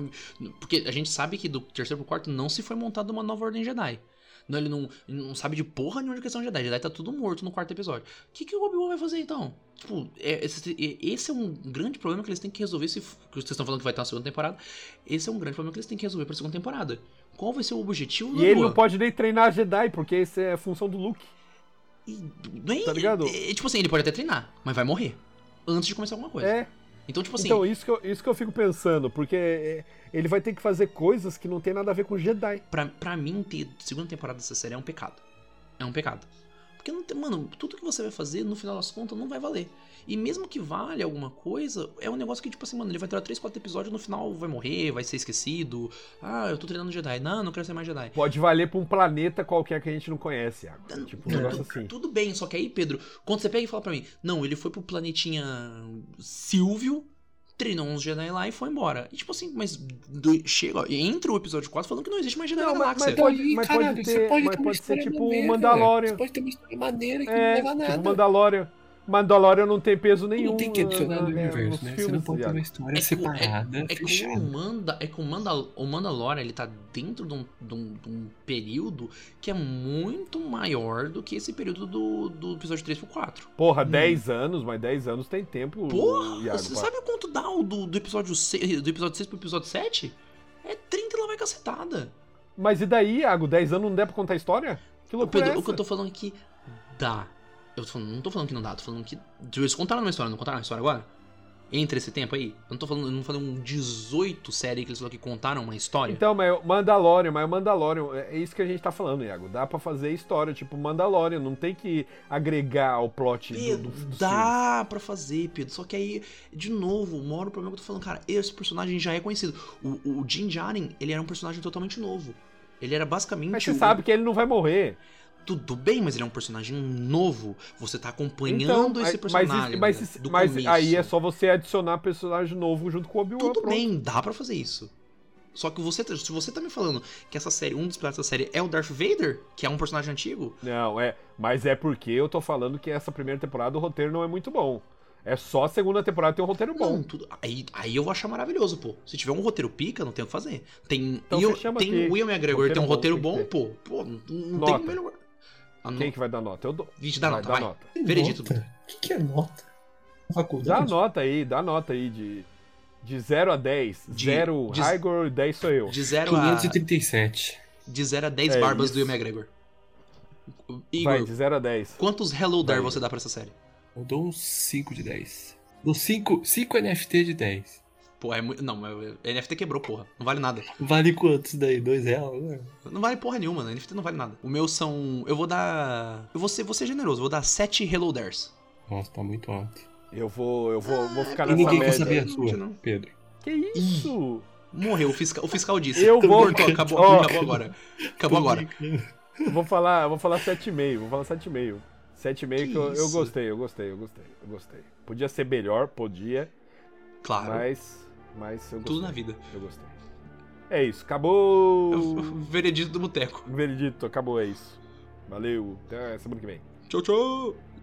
Porque a gente sabe que do terceiro pro quarto não se foi montada uma nova ordem Jedi. Não, ele não, ele não sabe de porra nenhuma de questão de Jedi. Jedi tá tudo morto no quarto episódio. O que, que o Obi-Wan vai fazer então? Tipo, é- esse, é- esse é um grande problema que eles têm que resolver. Se, f- que vocês estão falando que vai estar na segunda temporada. Esse é um grande problema que eles têm que resolver pra segunda temporada. Qual vai ser o objetivo do E ele Obi-Wan? não pode nem treinar Jedi, porque essa é a função do Luke. E- nem- Tá ligado? é- é- tipo assim, ele pode até treinar, mas vai morrer. Antes de começar alguma coisa. É. Então, tipo assim. Então, isso que, eu, isso que eu fico pensando, porque é, ele vai ter que fazer coisas que não tem nada a ver com Jedi. pra, pra mim, ter segunda temporada dessa série é um pecado. É um pecado. Porque Porque não tem, mano, tudo que você vai fazer, no final das contas, não vai valer. E mesmo que valha alguma coisa, é um negócio que, tipo assim, mano, ele vai durar 3, 4 episódios, no final vai morrer, vai ser esquecido. Ah, eu tô treinando Jedi. Não, não quero ser mais Jedi. Pode valer pra um planeta qualquer que a gente não conhece, Iago. Não, Tipo, um negócio tu- assim. Tudo bem, só que aí, Pedro, quando você pega e fala pra mim, não, ele foi pro planetinha Silvio, treinou uns Jedi lá e foi embora. E tipo assim, mas do- chega, ó, entra o episódio 4 falando que não existe mais Jedi Não, na mas- galáxia. mas- pode- pode ter- mas uma pode ser história tipo um maneira, Mandalorian. Você pode ter uma história maneira que É, não leva a nada. tipo Mandalorian. Mandalorian não tem peso Tu nenhum. não tem que adicionar na- no na- universo, é, nos né? Você filmes, não pode ter Iago. uma história É como- separada, É que o, fechada. Manda, é que o, Mandal o Mandalorian ele tá dentro de um, de um- de um período que é muito maior do que esse período do, do episódio 3 pro 4. Porra, 10 anos, mas 10 anos tem tempo. Hum. Porra! Iago, Você pra- sabe o quanto dá o do, do episódio 6, do episódio 6 pro episódio 7? É 30 lá vai cacetada. Mas e daí, Iago? 10 anos não der pra contar história? Que Ô, loucura Pedro, é o que eu essa? tô falando é que dá. Eu tô falando- não tô falando que não dá, tô falando que. Eles contaram uma história, não contaram uma história agora? Entre esse tempo aí? Eu não tô falando, eu não falei um 18 série que eles falaram que contaram uma história. Então, mas o Mandalorian, mas o Mandalorian, é isso que a gente tá falando, Iago. Dá pra fazer história, tipo Mandalorian, não tem que agregar ao plot do, do, Pedro, do filme. dá pra fazer, Pedro. Só que aí, de novo, mora o problema que eu tô falando, cara, esse personagem já é conhecido. O, o Jin Jaren, ele era um personagem totalmente novo. Ele era basicamente. Mas você o- sabe que ele não vai morrer. Tudo bem, mas ele é um personagem novo. Você tá acompanhando esse aí- Então, mas isso- personagem. Mas, né, isso- do mas começo. aí é só você adicionar personagem novo junto com o Obi-Wan. Tudo pronto. bem, dá pra fazer isso. Só que você, tá- se você tá me falando que essa série, um dos pilares da série é o Darth Vader, que é um personagem antigo, Não, é. Mas é porque eu tô falando que essa primeira temporada o roteiro não é muito bom. É só a segunda temporada tem um roteiro não, bom. Tá tudo, aí, aí eu vou achar maravilhoso, pô. Se tiver um roteiro pica, não tem o que fazer. Tem, Então Will- você chama tem aqui. o William McGregor, tem um Roteiro roteiro bom, bom, tem que pô. Pô, não- não Nota. tem melhor. A Quem no... que vai dar nota? Eu dou. Gente, dá nota, dá vai. nota. Veredito. Nota? O que, que é nota? Tá Dá Faculdade? nota aí, dá nota aí de. De 0 a 10. De- 0 de- Igor e 10 sou eu. De 0 a, 537. de zero a 10 É barbas isso. do William McGregor. Vai, Igor, de 0 a 10. quantos Hello There Vai. você dá pra essa série? Eu dou um 5 de 10. Dou 5, 5 NFT de 10. Pô, é muito. Não, mas NFT quebrou, porra. Não vale nada. Vale quantos daí? 2 reais? né? Não vale porra nenhuma, né? NFT não vale nada. O meu são. Eu vou dar. Eu vou ser, vou ser generoso, eu vou dar 7 Hello Dares. Nossa, tá muito alto. Eu vou, eu vou, vou ficar E Tá nessa ninguém quer média. saber aí. a Não, sua, não. Pedro. Que isso? Morreu, o fiscal, o fiscal disse. Eu vou- Cortou, acabou, Ó. acabou agora. Acabou agora. Eu vou falar, eu vou falar 7,5, vou falar 7,5. 7,5 que, Que eu, eu isso? gostei, eu gostei, eu gostei, eu gostei. Podia ser melhor, podia, Claro. mas mas eu gostei. Tudo na vida. Eu gostei. É isso, acabou. O veredito do boteco. Veredito, acabou, é isso. Valeu, até semana que vem. Tchau, tchau.